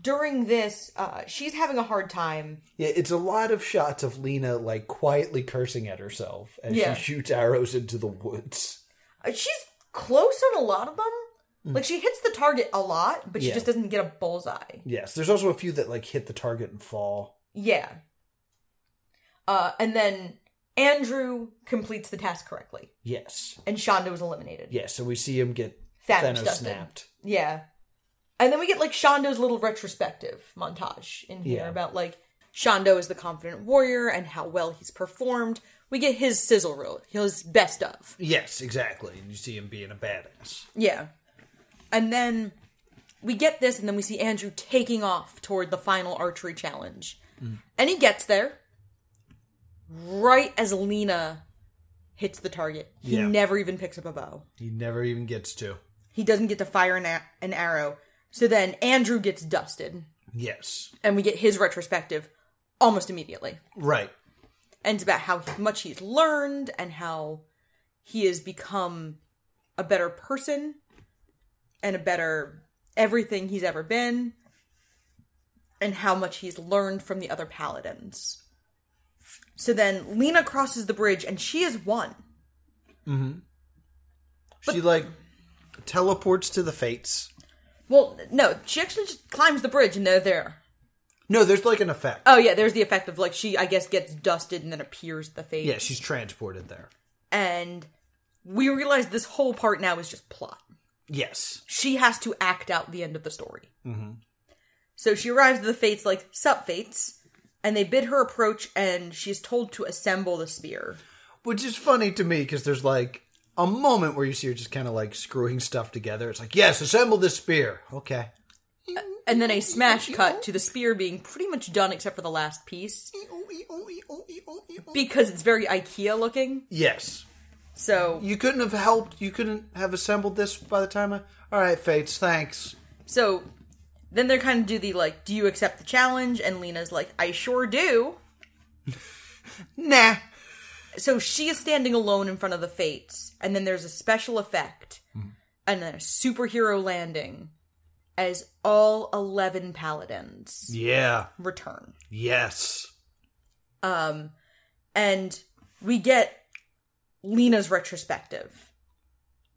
Speaker 1: during this, uh, she's having a hard time.
Speaker 2: Yeah, it's a lot of shots of Lena like quietly cursing at herself as
Speaker 1: Yeah.
Speaker 2: she shoots arrows into the woods.
Speaker 1: Uh, She's close on a lot of them. Like she hits the target a lot, but she
Speaker 2: Hmm. Yeah.
Speaker 1: just doesn't get a bullseye.
Speaker 2: Yes, there's also a few that like hit the target and fall.
Speaker 1: Yeah. Uh, and then Andrew completes the task correctly,
Speaker 2: Yes.
Speaker 1: and Shonda was eliminated.
Speaker 2: Yes, and we see him get
Speaker 1: Thanos
Speaker 2: Thanos,
Speaker 1: dusted.
Speaker 2: snapped.
Speaker 1: Yeah. And then we get like Shondo's little retrospective montage in here
Speaker 2: Yeah.
Speaker 1: about like Shondo is the confident warrior and how well he's performed. We get his sizzle reel, his best of.
Speaker 2: Yes, exactly. And you see him being a badass.
Speaker 1: Yeah. And then we get this, and then we see Andrew taking off toward the final archery challenge.
Speaker 2: Mm.
Speaker 1: And he gets there right as Lena hits the target. He
Speaker 2: Yeah.
Speaker 1: never even picks up a bow.
Speaker 2: He never even gets to.
Speaker 1: He doesn't get to fire an, a- an arrow. So then Andrew gets dusted.
Speaker 2: Yes.
Speaker 1: and we get his retrospective almost immediately.
Speaker 2: Right.
Speaker 1: And it's about how much he's learned and how he has become a better person and a better everything he's ever been and how much he's learned from the other paladins. So then Lena crosses the bridge and she is one.
Speaker 2: she like teleports to the fates.
Speaker 1: Well, no, she actually just climbs the bridge and they're there.
Speaker 2: No, there's like an effect.
Speaker 1: Oh yeah, there's the effect of like she I guess gets dusted and then appears at the face.
Speaker 2: yeah, she's transported there.
Speaker 1: and we realize this whole part now is just plot.
Speaker 2: Yes.
Speaker 1: She has to act out the end of the story. Mm-hmm. So she arrives at the Fates like, sup, Fates, and they bid her approach, and she is told to assemble the spear.
Speaker 2: Which is funny to me because there's like a moment where you see her just kind of like screwing stuff together. It's like, yes, assemble this spear. Okay.
Speaker 1: And then a smash cut to the spear being pretty much done except for the last piece, because it's very IKEA looking.
Speaker 2: Yes.
Speaker 1: So,
Speaker 2: You couldn't have helped. You couldn't have assembled this by the time I. All right, Fates, thanks.
Speaker 1: so then they're kind of do the like, do you accept the challenge? And Lena's like, I sure do.
Speaker 2: Nah.
Speaker 1: so she is standing alone in front of the fates and then there's a special effect and a superhero landing as all 11 paladins
Speaker 2: Yeah.
Speaker 1: return
Speaker 2: Yes.
Speaker 1: um and we get lena's retrospective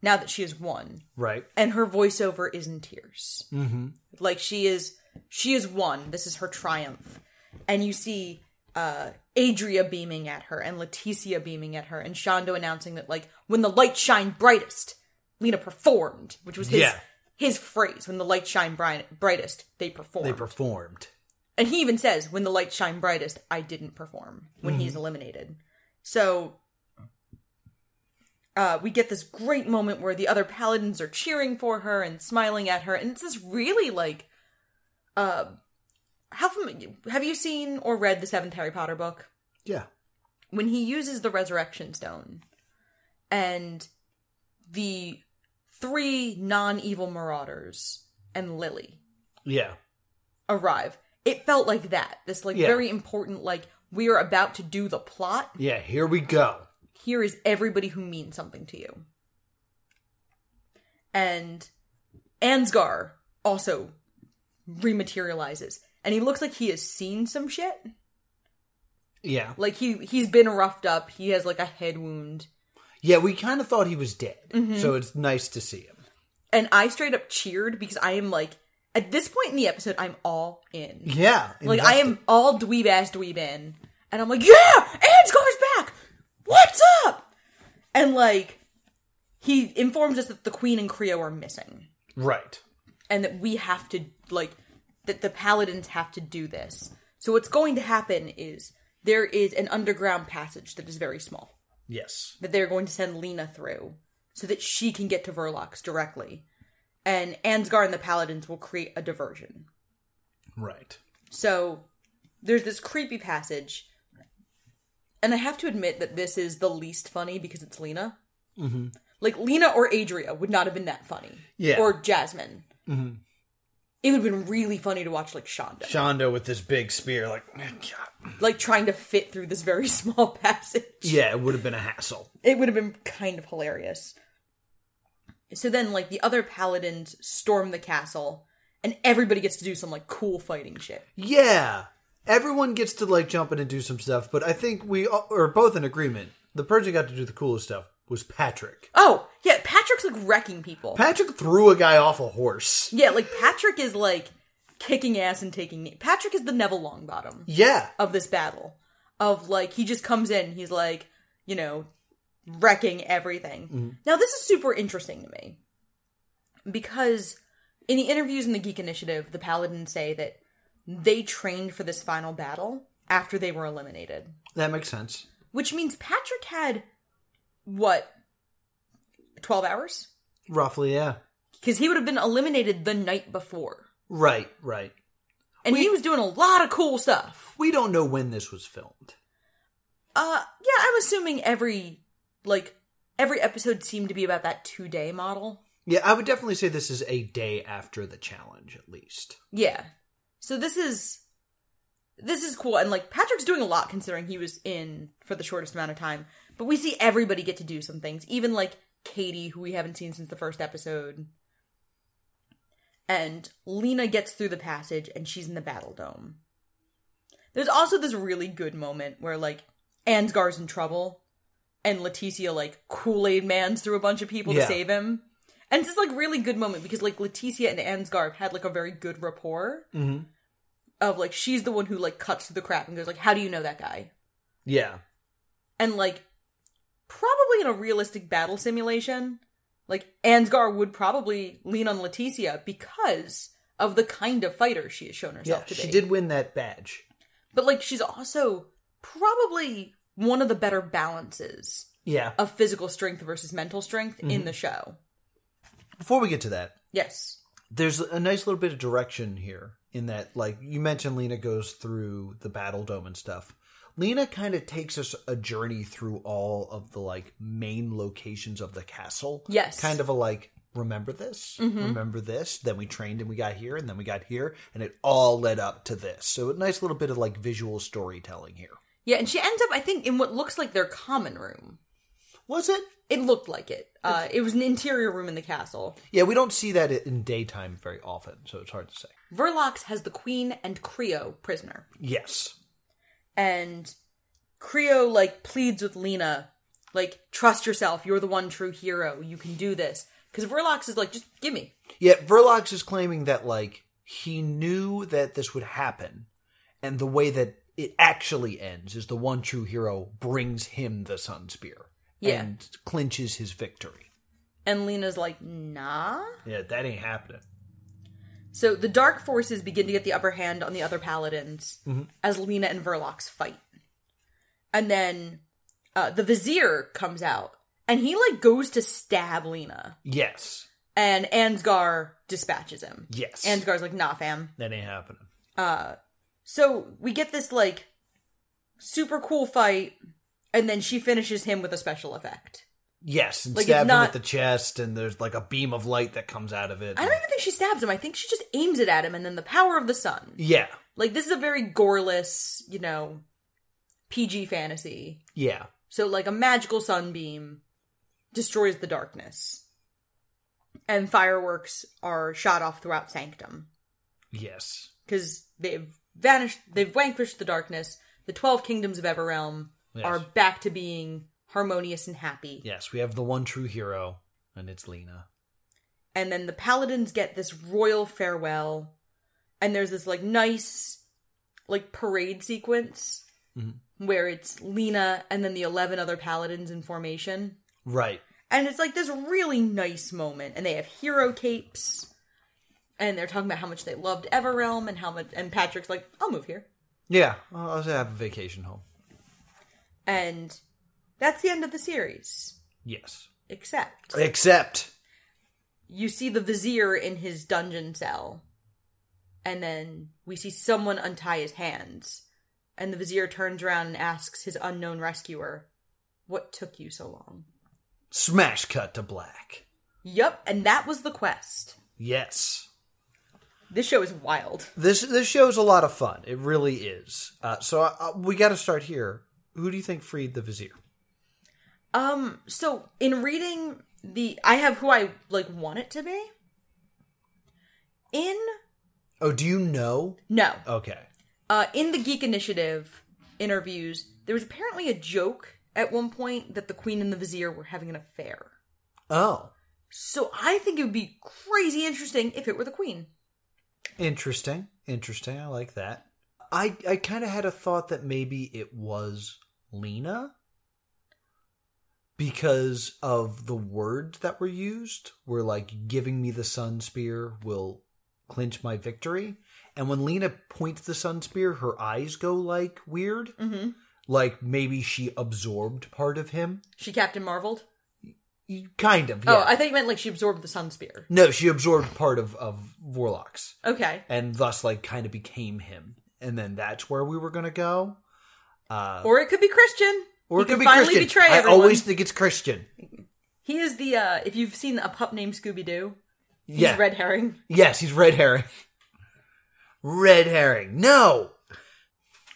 Speaker 1: now that she has won
Speaker 2: Right.
Speaker 1: and her voiceover is in tears mm-hmm. like she is she is won this is her triumph and you see uh adria beaming at her and leticia beaming at her and shondo announcing that like when the light shined brightest lena performed which was his
Speaker 2: Yeah.
Speaker 1: his phrase when the light shined bright- brightest they performed
Speaker 2: They performed.
Speaker 1: and he even says when the light shined brightest i didn't perform when he's eliminated so uh, we get this great moment where the other paladins are cheering for her and smiling at her and it's this really like uh, how fam- have you seen or read the seventh harry potter book
Speaker 2: Yeah.
Speaker 1: when he uses the resurrection stone and the three non-evil marauders and lily
Speaker 2: Yeah.
Speaker 1: arrive. It felt like that. This like
Speaker 2: Yeah.
Speaker 1: very important like we are about to do the plot.
Speaker 2: Yeah. Here we go.
Speaker 1: Here is everybody who means something to you. And Ansgar also rematerializes and he looks like he has seen some shit.
Speaker 2: Yeah.
Speaker 1: Like he he's been roughed up. He has like a head wound.
Speaker 2: Yeah. We kind of thought he was dead, so it's nice to see him.
Speaker 1: And I straight up cheered because I am like at this point in the episode I'm all in.
Speaker 2: Yeah.
Speaker 1: Like I am all dweeb ass dweeb in, and I'm like, yeah, Ansgar's back. What's up? And like, he informs us that the queen and Creo are missing,
Speaker 2: Right.
Speaker 1: and that we have to like that the paladins have to do this. So what's going to happen is there is an underground passage that is very small
Speaker 2: Yes.
Speaker 1: that they're going to send Lena through so that she can get to Verlox directly. And Ansgar and the Paladins will create a diversion.
Speaker 2: Right.
Speaker 1: So there's this creepy passage. And I have to admit that this is the least funny because it's Lena. Mm-hmm. Like Lena or Adria would not have been that funny.
Speaker 2: Yeah.
Speaker 1: Or Jasmine. Mm-hmm. It would have been really funny to watch like Shonda.
Speaker 2: Shonda with this big spear, like,
Speaker 1: like trying to fit through this very small passage.
Speaker 2: yeah, it would have been a hassle.
Speaker 1: It would have been kind of hilarious. So then like the other paladins storm the castle and everybody gets to do some like cool fighting shit.
Speaker 2: Yeah, everyone gets to like jump in and do some stuff, but I think we all- are both in agreement. The person who got to do the coolest stuff was Patrick.
Speaker 1: Oh, yeah, Patrick's like wrecking people.
Speaker 2: Patrick threw a guy off a horse.
Speaker 1: Yeah, like Patrick is like kicking ass and taking knee. Patrick is the Neville Longbottom
Speaker 2: Yeah,
Speaker 1: of this battle. Of like he just comes in, he's like, you know, wrecking everything. Now this is super interesting to me. Because in the interviews in the Geek Initiative, the Paladins say that they trained for this final battle after they were eliminated.
Speaker 2: that makes sense.
Speaker 1: Which means Patrick had what 12 hours?
Speaker 2: Roughly, yeah.
Speaker 1: Because he would have been eliminated the night before.
Speaker 2: Right, right.
Speaker 1: and he was doing a lot of cool stuff.
Speaker 2: We don't know when this was filmed.
Speaker 1: Uh, yeah, I'm assuming every like every episode seemed to be about that two day model.
Speaker 2: Yeah, I would definitely say this is a day after the challenge, at least.
Speaker 1: Yeah, so this is this is cool, and like Patrick's doing a lot considering he was in for the shortest amount of time. But we see everybody get to do some things, even like Katie, who we haven't seen since the first episode. And Lena gets through the passage and she's in the battle dome. There's also this really good moment where like Ansgar's in trouble and Leticia like Kool-Aid mans through a bunch of people
Speaker 2: Yeah.
Speaker 1: to save him. And it's just like really good moment because like Leticia and Ansgar have had like a very good rapport of like she's the one who like cuts through the crap and goes like, How do you know that guy?
Speaker 2: Yeah.
Speaker 1: And like probably in a realistic battle simulation, like Ansgar would probably lean on Leticia because of the kind of fighter she has shown herself to
Speaker 2: Yeah,
Speaker 1: be.
Speaker 2: she did win that badge.
Speaker 1: But like she's also probably one of the better balances
Speaker 2: Yeah.
Speaker 1: of physical strength versus mental strength
Speaker 2: Mm-hmm.
Speaker 1: in the show.
Speaker 2: Before we get to that,
Speaker 1: Yes.
Speaker 2: there's a nice little bit of direction here in that like you mentioned lena goes through the battle dome and stuff lena kind of takes us a journey through all of the like main locations of the castle
Speaker 1: Yes.
Speaker 2: kind of a like remember this remember this then we trained and we got here and then we got here and it all led up to this so a nice little bit of like visual storytelling here
Speaker 1: Yeah, and she ends up I think in what looks like their common room.
Speaker 2: was it
Speaker 1: It looked like it. Uh, it was an interior room in the castle.
Speaker 2: yeah we don't see that in daytime very often so it's hard to say
Speaker 1: Verlox has the queen and Creo prisoner.
Speaker 2: yes
Speaker 1: and Creo like pleads with Lena, like trust yourself. You're the one true hero. You can do this. Because Verlox is like, just give me.
Speaker 2: Yet Verlox is claiming that like he knew that this would happen, and the way that it actually ends is the one true hero brings him the Sun Spear
Speaker 1: Yeah.
Speaker 2: and clinches his victory.
Speaker 1: And Lena's like, nah.
Speaker 2: Yeah, that ain't happening.
Speaker 1: So the dark forces begin to get the upper hand on the other paladins as Lena and Verlox fight. And then uh, the vizier comes out and he like goes to stab Lena,
Speaker 2: Yes,
Speaker 1: and Ansgar dispatches him.
Speaker 2: yes,
Speaker 1: Ansgar's like, nah, fam.
Speaker 2: that ain't happening.
Speaker 1: So we get this like super cool fight, and then she finishes him with a special effect.
Speaker 2: Yes, and
Speaker 1: Like, it's
Speaker 2: stabs him
Speaker 1: not-
Speaker 2: with the chest, and there's like a beam of light that comes out of it.
Speaker 1: I don't even think she stabs him. I think she just aims it at him, and then the power of the sun.
Speaker 2: Yeah,
Speaker 1: Like this is a very goreless, you know, PG fantasy.
Speaker 2: yeah,
Speaker 1: So like a magical sunbeam destroys the darkness, and fireworks are shot off throughout Sanctum
Speaker 2: yes,
Speaker 1: because they've vanished. They've vanquished the darkness. The twelve kingdoms of Everrealm
Speaker 2: Yes.
Speaker 1: are back to being harmonious and happy.
Speaker 2: yes. We have the one true hero, and it's Lena.
Speaker 1: and then the paladins get this royal farewell and there's this like nice like parade sequence where it's lena and then the 11 other paladins in formation
Speaker 2: Right.
Speaker 1: and it's like this really nice moment and they have hero capes and they're talking about how much they loved everrealm and how much and patrick's like i'll move here
Speaker 2: Yeah, I'll I'll have a vacation home.
Speaker 1: and that's the end of the series
Speaker 2: Yes.
Speaker 1: Except
Speaker 2: Except
Speaker 1: you see the vizier in his dungeon cell, and then we see someone untie his hands, and the vizier turns around and asks his unknown rescuer, "What took you so long?"
Speaker 2: smash cut to black.
Speaker 1: Yup, and that was the quest.
Speaker 2: Yes.
Speaker 1: This show is wild.
Speaker 2: This this show's a lot of fun. It really is. Uh, so uh, we got to start here. Who do you think freed the vizier?
Speaker 1: Um, so in reading the, I have who I like want it to be. In
Speaker 2: Oh, do you know?
Speaker 1: no,
Speaker 2: Okay.
Speaker 1: uh, in the Geek Initiative interviews, there was apparently a joke at one point that the Queen and the Vizier were having an affair.
Speaker 2: Oh,
Speaker 1: So I think it would be crazy interesting if it were the Queen.
Speaker 2: interesting. Interesting. I like that. I I kind of had a thought that maybe it was Lena because of the words that were used were like giving me the sun spear will clinch my victory. And when Lena points the sun spear, her eyes go like weird.
Speaker 1: Mm-hmm.
Speaker 2: like maybe she absorbed part of him.
Speaker 1: She Captain Marveled.
Speaker 2: You- Kind of. Yeah.
Speaker 1: Oh, I thought you meant like she absorbed the Sun Spear.
Speaker 2: no, she absorbed part of of Warlocks,
Speaker 1: Okay.
Speaker 2: and thus like kind of became him. And then that's where we were gonna go. Uh,
Speaker 1: Or it could be Christian.
Speaker 2: or
Speaker 1: He
Speaker 2: it
Speaker 1: could
Speaker 2: could be
Speaker 1: finally
Speaker 2: Christian.
Speaker 1: betray
Speaker 2: I
Speaker 1: everyone.
Speaker 2: always think it's Christian.
Speaker 1: He is the uh if you've seen a pup named Scooby Doo, he's
Speaker 2: yeah.
Speaker 1: red herring.
Speaker 2: Yes, he's red herring. Red herring. No.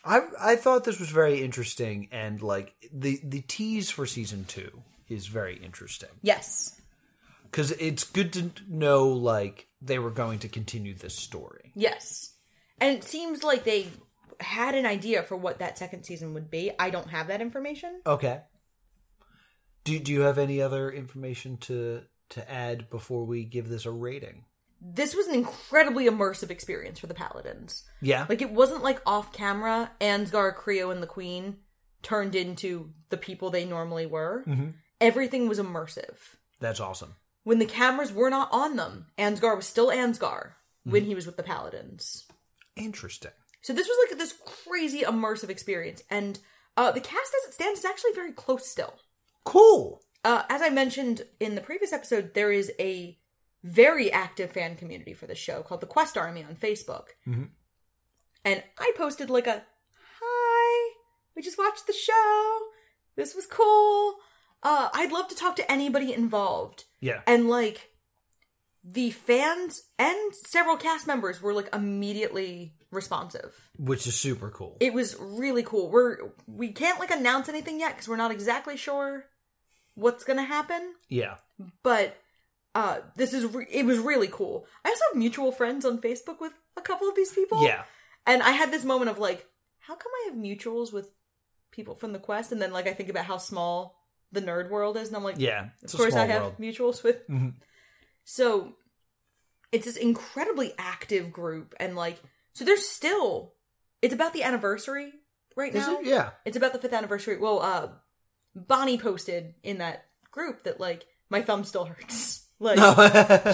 Speaker 2: I I thought this was very interesting, and like the the tease for season two is very interesting.
Speaker 1: Yes.
Speaker 2: because it's good to know like they were going to continue this story
Speaker 1: Yes. And it seems like they had an idea for what that second season would be. I don't have that information.
Speaker 2: okay do, do you have any other information to to add before we give this a rating
Speaker 1: This was an incredibly immersive experience for the Paladins.
Speaker 2: yeah
Speaker 1: Like it wasn't like off camera, Ansgar, Creo, and the Queen turned into the people they normally were. Everything was immersive.
Speaker 2: that's awesome
Speaker 1: When the cameras were not on them, Ansgar was still Ansgar when he was with the Paladins.
Speaker 2: interesting
Speaker 1: So this was like this crazy immersive experience, and uh, the cast as it stands is actually very close still.
Speaker 2: cool
Speaker 1: Uh, as I mentioned in the previous episode, there is a very active fan community for the show called the Quest Army on Facebook.
Speaker 2: Mhm.
Speaker 1: And I posted like a hi, we just watched the show. This was cool. Uh, I'd love to talk to anybody involved.
Speaker 2: yeah
Speaker 1: And like the fans and several cast members were like immediately responsive
Speaker 2: which is super cool
Speaker 1: it was really cool. We're we can't like announce anything yet because we're not exactly sure what's gonna happen.
Speaker 2: yeah
Speaker 1: But uh, this is re- it was really cool. I also have mutual friends on Facebook with a couple of these people.
Speaker 2: yeah
Speaker 1: and I had this moment of like, how come I have mutuals with people from the quest? And then like I think about how small the nerd world is, and I'm like,
Speaker 2: yeah
Speaker 1: of
Speaker 2: it's a
Speaker 1: course
Speaker 2: small
Speaker 1: I have
Speaker 2: world
Speaker 1: mutuals with.
Speaker 2: Mhm.
Speaker 1: So it's this incredibly active group, and like, so there's still. It's about the anniversary right
Speaker 2: Is
Speaker 1: now.
Speaker 2: it? yeah
Speaker 1: It's about the fifth anniversary. Well, uh, Bonnie posted in that group that like my thumb still hurts. Like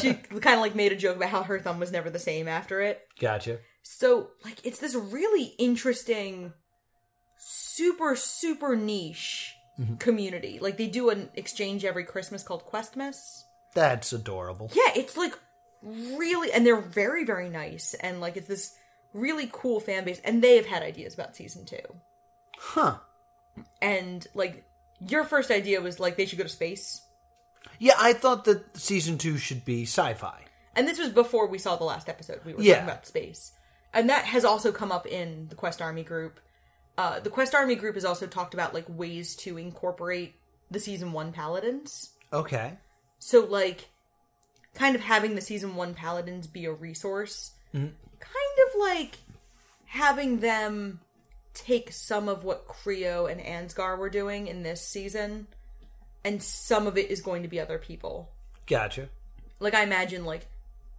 Speaker 1: she kind of like made a joke about how her thumb was never the same after it.
Speaker 2: gotcha
Speaker 1: So like it's this really interesting, super super niche community. Like they do an exchange every Christmas called Questmas.
Speaker 2: that's adorable
Speaker 1: Yeah, it's like really, and they're very very nice, and like it's this really cool fan base, and they have had ideas about season two.
Speaker 2: huh
Speaker 1: and like your first idea was like they should go to space
Speaker 2: yeah i thought that season two should be sci-fi
Speaker 1: and this was before we saw the last episode we were
Speaker 2: Yeah.
Speaker 1: talking about space and that has also come up in the quest army group uh, the quest army group has also talked about like ways to incorporate the season one paladins
Speaker 2: okay
Speaker 1: so like kind of having the season one paladins be a resource
Speaker 2: Mm-hmm.
Speaker 1: kind of like having them take some of what creo and ansgar were doing in this season and some of it is going to be other people
Speaker 2: gotcha
Speaker 1: like i imagine like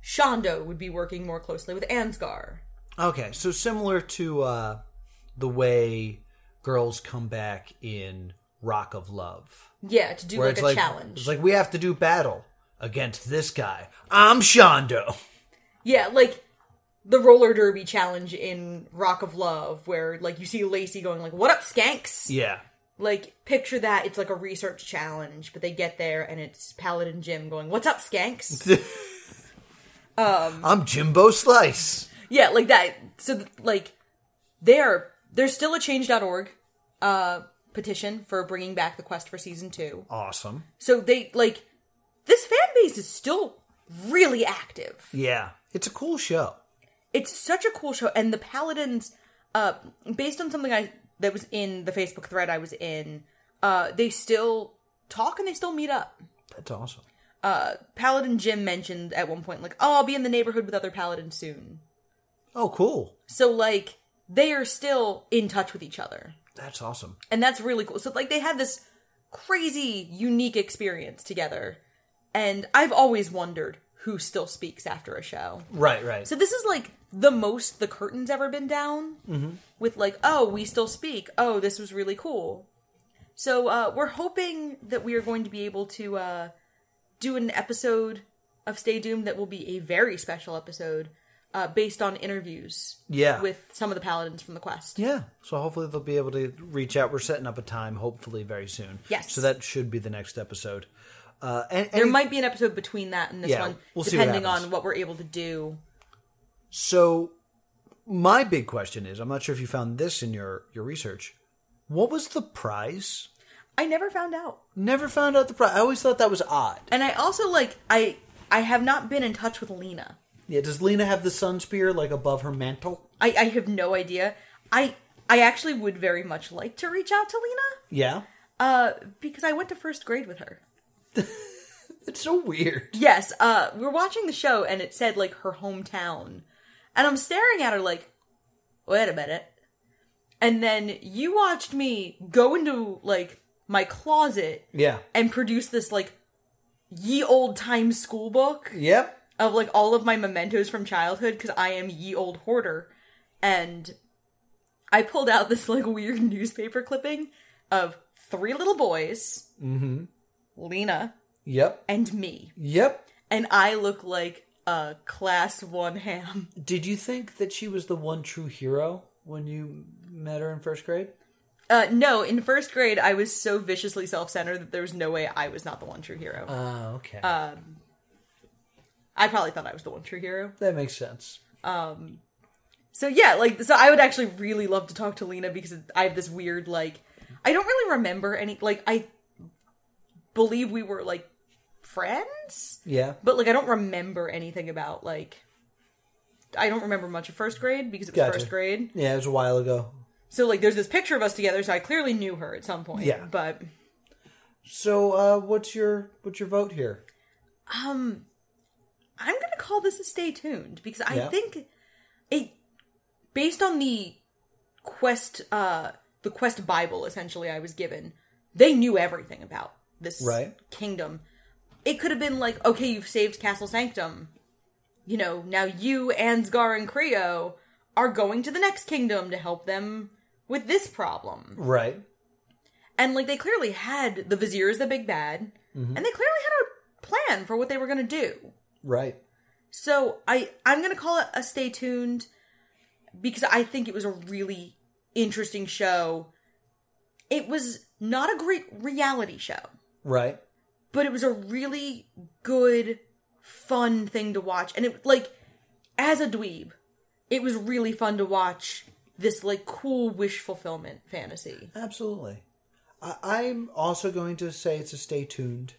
Speaker 1: shondo would be working more closely with ansgar
Speaker 2: Okay, so similar to uh, the way girls come back in Rock of Love,
Speaker 1: yeah to do like a challenge
Speaker 2: It's like we have to do battle against this guy. I'm Shondo.
Speaker 1: Yeah, like the roller derby challenge in Rock of Love, where like you see Lacey going like, "What up, skanks?"
Speaker 2: Yeah,
Speaker 1: Like, picture that. It's like a research challenge, but they get there and it's Paladin Jim going, What's up, skanks?
Speaker 2: I'm Jimbo Slice.
Speaker 1: Yeah, like that. So th- like there there's still a change.org uh petition for bringing back the quest for season 2.
Speaker 2: Awesome.
Speaker 1: So they like this fan base is still really active.
Speaker 2: Yeah. It's a cool show.
Speaker 1: It's such a cool show and the Paladins uh based on something I that was in the Facebook thread I was in, uh they still talk and they still meet up.
Speaker 2: That's awesome.
Speaker 1: Uh Paladin Jim mentioned at one point like, "Oh, I'll be in the neighborhood with other paladins soon."
Speaker 2: Oh, cool.
Speaker 1: So like they are still in touch with each other.
Speaker 2: That's awesome.
Speaker 1: And that's really cool. So like they had this crazy unique experience together. And I've always wondered who still speaks after a show.
Speaker 2: Right, right.
Speaker 1: So this is like the most the curtain's ever been down
Speaker 2: Mm-hmm.
Speaker 1: with like, oh, we still speak. Oh, this was really cool. So uh, we're hoping that we are going to be able to uh, do an episode of Stay Doomed that will be a very special episode uh, based on interviews
Speaker 2: Yeah.
Speaker 1: with some of the paladins from the quest.
Speaker 2: yeah. So hopefully they'll be able to reach out. We're setting up a time, hopefully very soon.
Speaker 1: Yes.
Speaker 2: So that should be the next episode. Uh, and,
Speaker 1: There
Speaker 2: and-
Speaker 1: might be an episode between that and this
Speaker 2: Yeah,
Speaker 1: one,
Speaker 2: we'll see what
Speaker 1: depending
Speaker 2: happens.
Speaker 1: on what we're able to do.
Speaker 2: so my big question is, I'm not sure if you found this in your your research. What was the prize?
Speaker 1: I never found out,
Speaker 2: Never found out the prize. I always thought that was odd.
Speaker 1: and I also like I I have not been in touch with Lena.
Speaker 2: Yeah, does Lena have the sun spear like above her mantle?
Speaker 1: I I have no idea. I I actually would very much like to reach out to Lena
Speaker 2: Yeah.
Speaker 1: uh, because I went to first grade with her.
Speaker 2: It's so weird.
Speaker 1: Yes, uh, we were watching the show and it said like her hometown, and I'm staring at her like, wait a minute. And then you watched me go into like my closet
Speaker 2: Yeah.
Speaker 1: and produce this like ye old time school book
Speaker 2: Yep.
Speaker 1: of like all of my mementos from childhood because I am ye old hoarder. And I pulled out this like weird newspaper clipping of three little boys, Lena,
Speaker 2: Yep.
Speaker 1: and me.
Speaker 2: Yep.
Speaker 1: And I look like a class one ham.
Speaker 2: Did you think that she was the one true hero when you met her in first grade?
Speaker 1: Uh, no, in first grade, I was so viciously self centered that there was no way I was not the one true hero.
Speaker 2: Oh, okay.
Speaker 1: I probably thought I was the one true hero.
Speaker 2: that makes sense.
Speaker 1: So yeah, like so I would actually really love to talk to Lena because I have this weird like I don't really remember any like I believe we were like friends,
Speaker 2: Yeah.
Speaker 1: but like I don't remember anything about like I don't remember much of first grade because it was
Speaker 2: Gotcha.
Speaker 1: first grade.
Speaker 2: Yeah, it was a while ago.
Speaker 1: So like there's this picture of us together so I clearly knew her at some point.
Speaker 2: Yeah.
Speaker 1: But
Speaker 2: So, uh, what's your what's your vote here?
Speaker 1: um I'm going to call this a stay tuned because I
Speaker 2: Yeah.
Speaker 1: think it based on the quest uh the quest bible essentially I was given they knew everything about this
Speaker 2: Right.
Speaker 1: kingdom it could have been like okay you've saved castle sanctum you know now you ansgar and creo are going to the next kingdom to help them with this problem
Speaker 2: Right.
Speaker 1: and like they clearly had the vizier is the big bad
Speaker 2: Mm-hmm.
Speaker 1: and they clearly had a plan for what they were going to do
Speaker 2: Right.
Speaker 1: so I I'm gonna call it a stay tuned because I think it was a really interesting show. It was not a great reality show,
Speaker 2: Right.
Speaker 1: but it was a really good, fun thing to watch. And it like as a dweeb, it was really fun to watch this like cool wish fulfillment fantasy.
Speaker 2: Absolutely. I, I'm also going to say it's a stay tuned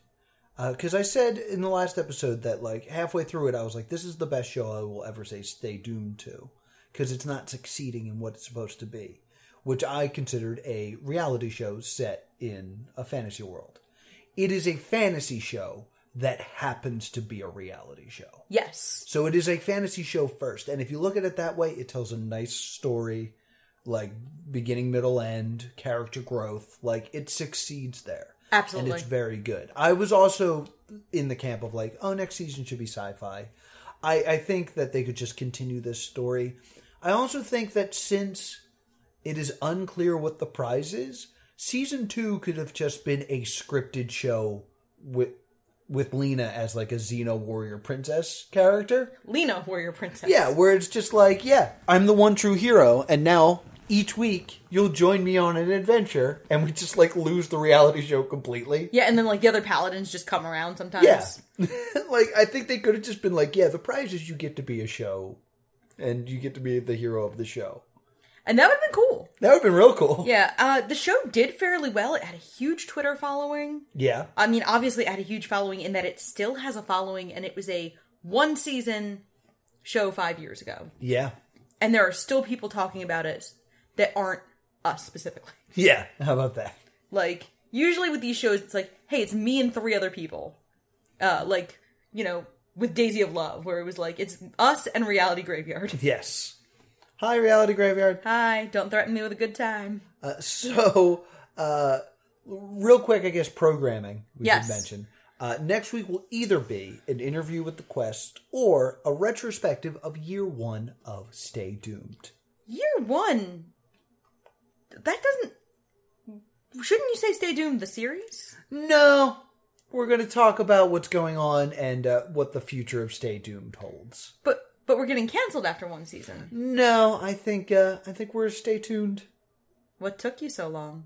Speaker 2: because I said in the last episode that like halfway through it, I was like, "This is the best show I will ever say stay doomed to," because it's not succeeding in what it's supposed to be, which I considered a reality show set in a fantasy world. It is a fantasy show that happens to be a reality show.
Speaker 1: Yes.
Speaker 2: So it is a fantasy show first, and if you look at it that way, it tells a nice story, like beginning, middle, end, character growth. Like it succeeds there,
Speaker 1: Absolutely.
Speaker 2: and it's very good. I was also in the camp of like, oh, next season should be sci-fi. I I think that they could just continue this story. I also think that since it is unclear what the prize is, season two could have just been a scripted show with with Lena as like a Xena warrior princess character.
Speaker 1: Lena, warrior princess.
Speaker 2: Yeah, where it's just like, yeah, I'm the one true hero, and now each week you'll join me on an adventure, and we just like lose the reality show completely.
Speaker 1: Yeah, and then like the other paladins just come around sometimes.
Speaker 2: Yeah. like, I think they could have just been like, yeah, the prize is you get to be a show, and you get to be the hero of the show.
Speaker 1: And that would have been cool.
Speaker 2: That would have been real cool.
Speaker 1: Yeah, uh, the show did fairly well. It had a huge Twitter following.
Speaker 2: Yeah.
Speaker 1: I mean, obviously, it had a huge following in that it still has a following, and it was a one season show five years ago.
Speaker 2: Yeah.
Speaker 1: And there are still people talking about it that aren't us specifically.
Speaker 2: Yeah. How about that?
Speaker 1: Like, usually with these shows, it's like, hey, it's me and three other people. Uh, like, you know, with Daisy of Love, where it was like, it's us and Reality Graveyard.
Speaker 2: Yes. Hi, Reality Graveyard.
Speaker 1: Hi, don't threaten me with a good time.
Speaker 2: So, uh, real quick, I guess programming we
Speaker 1: Yes.
Speaker 2: should mention. Uh, next week will either be an interview with the Quest or a retrospective of year one of Stay Doomed.
Speaker 1: Year one. That doesn't. Shouldn't you say Stay Doomed, the series?
Speaker 2: No, we're going to talk about what's going on and uh, what the future of Stay Doomed holds.
Speaker 1: But but we're getting canceled after one season.
Speaker 2: No, I think uh, I think we're stay tuned.
Speaker 1: What took you so long?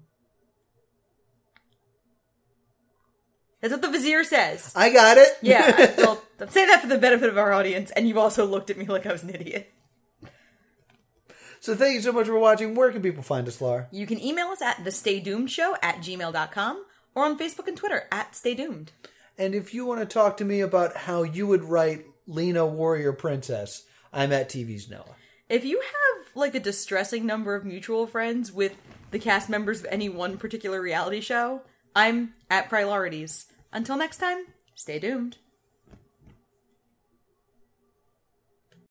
Speaker 1: That's what the vizier says.
Speaker 2: I got it.
Speaker 1: Yeah, I, well, I'm saying that for the benefit of our audience, and you also looked at me like I was an idiot.
Speaker 2: so thank you so much for watching. Where can people find us, Laura?
Speaker 1: You can email us at thestaydoomedshow at gmail.com or on Facebook and Twitter at Stay Doomed.
Speaker 2: And if you want to talk to me about how you would write Lena Warrior Princess, I'm at TV's Noah.
Speaker 1: If you have like a distressing number of mutual friends with the cast members of any one particular reality show, I'm at Priorities. Until next time, stay doomed.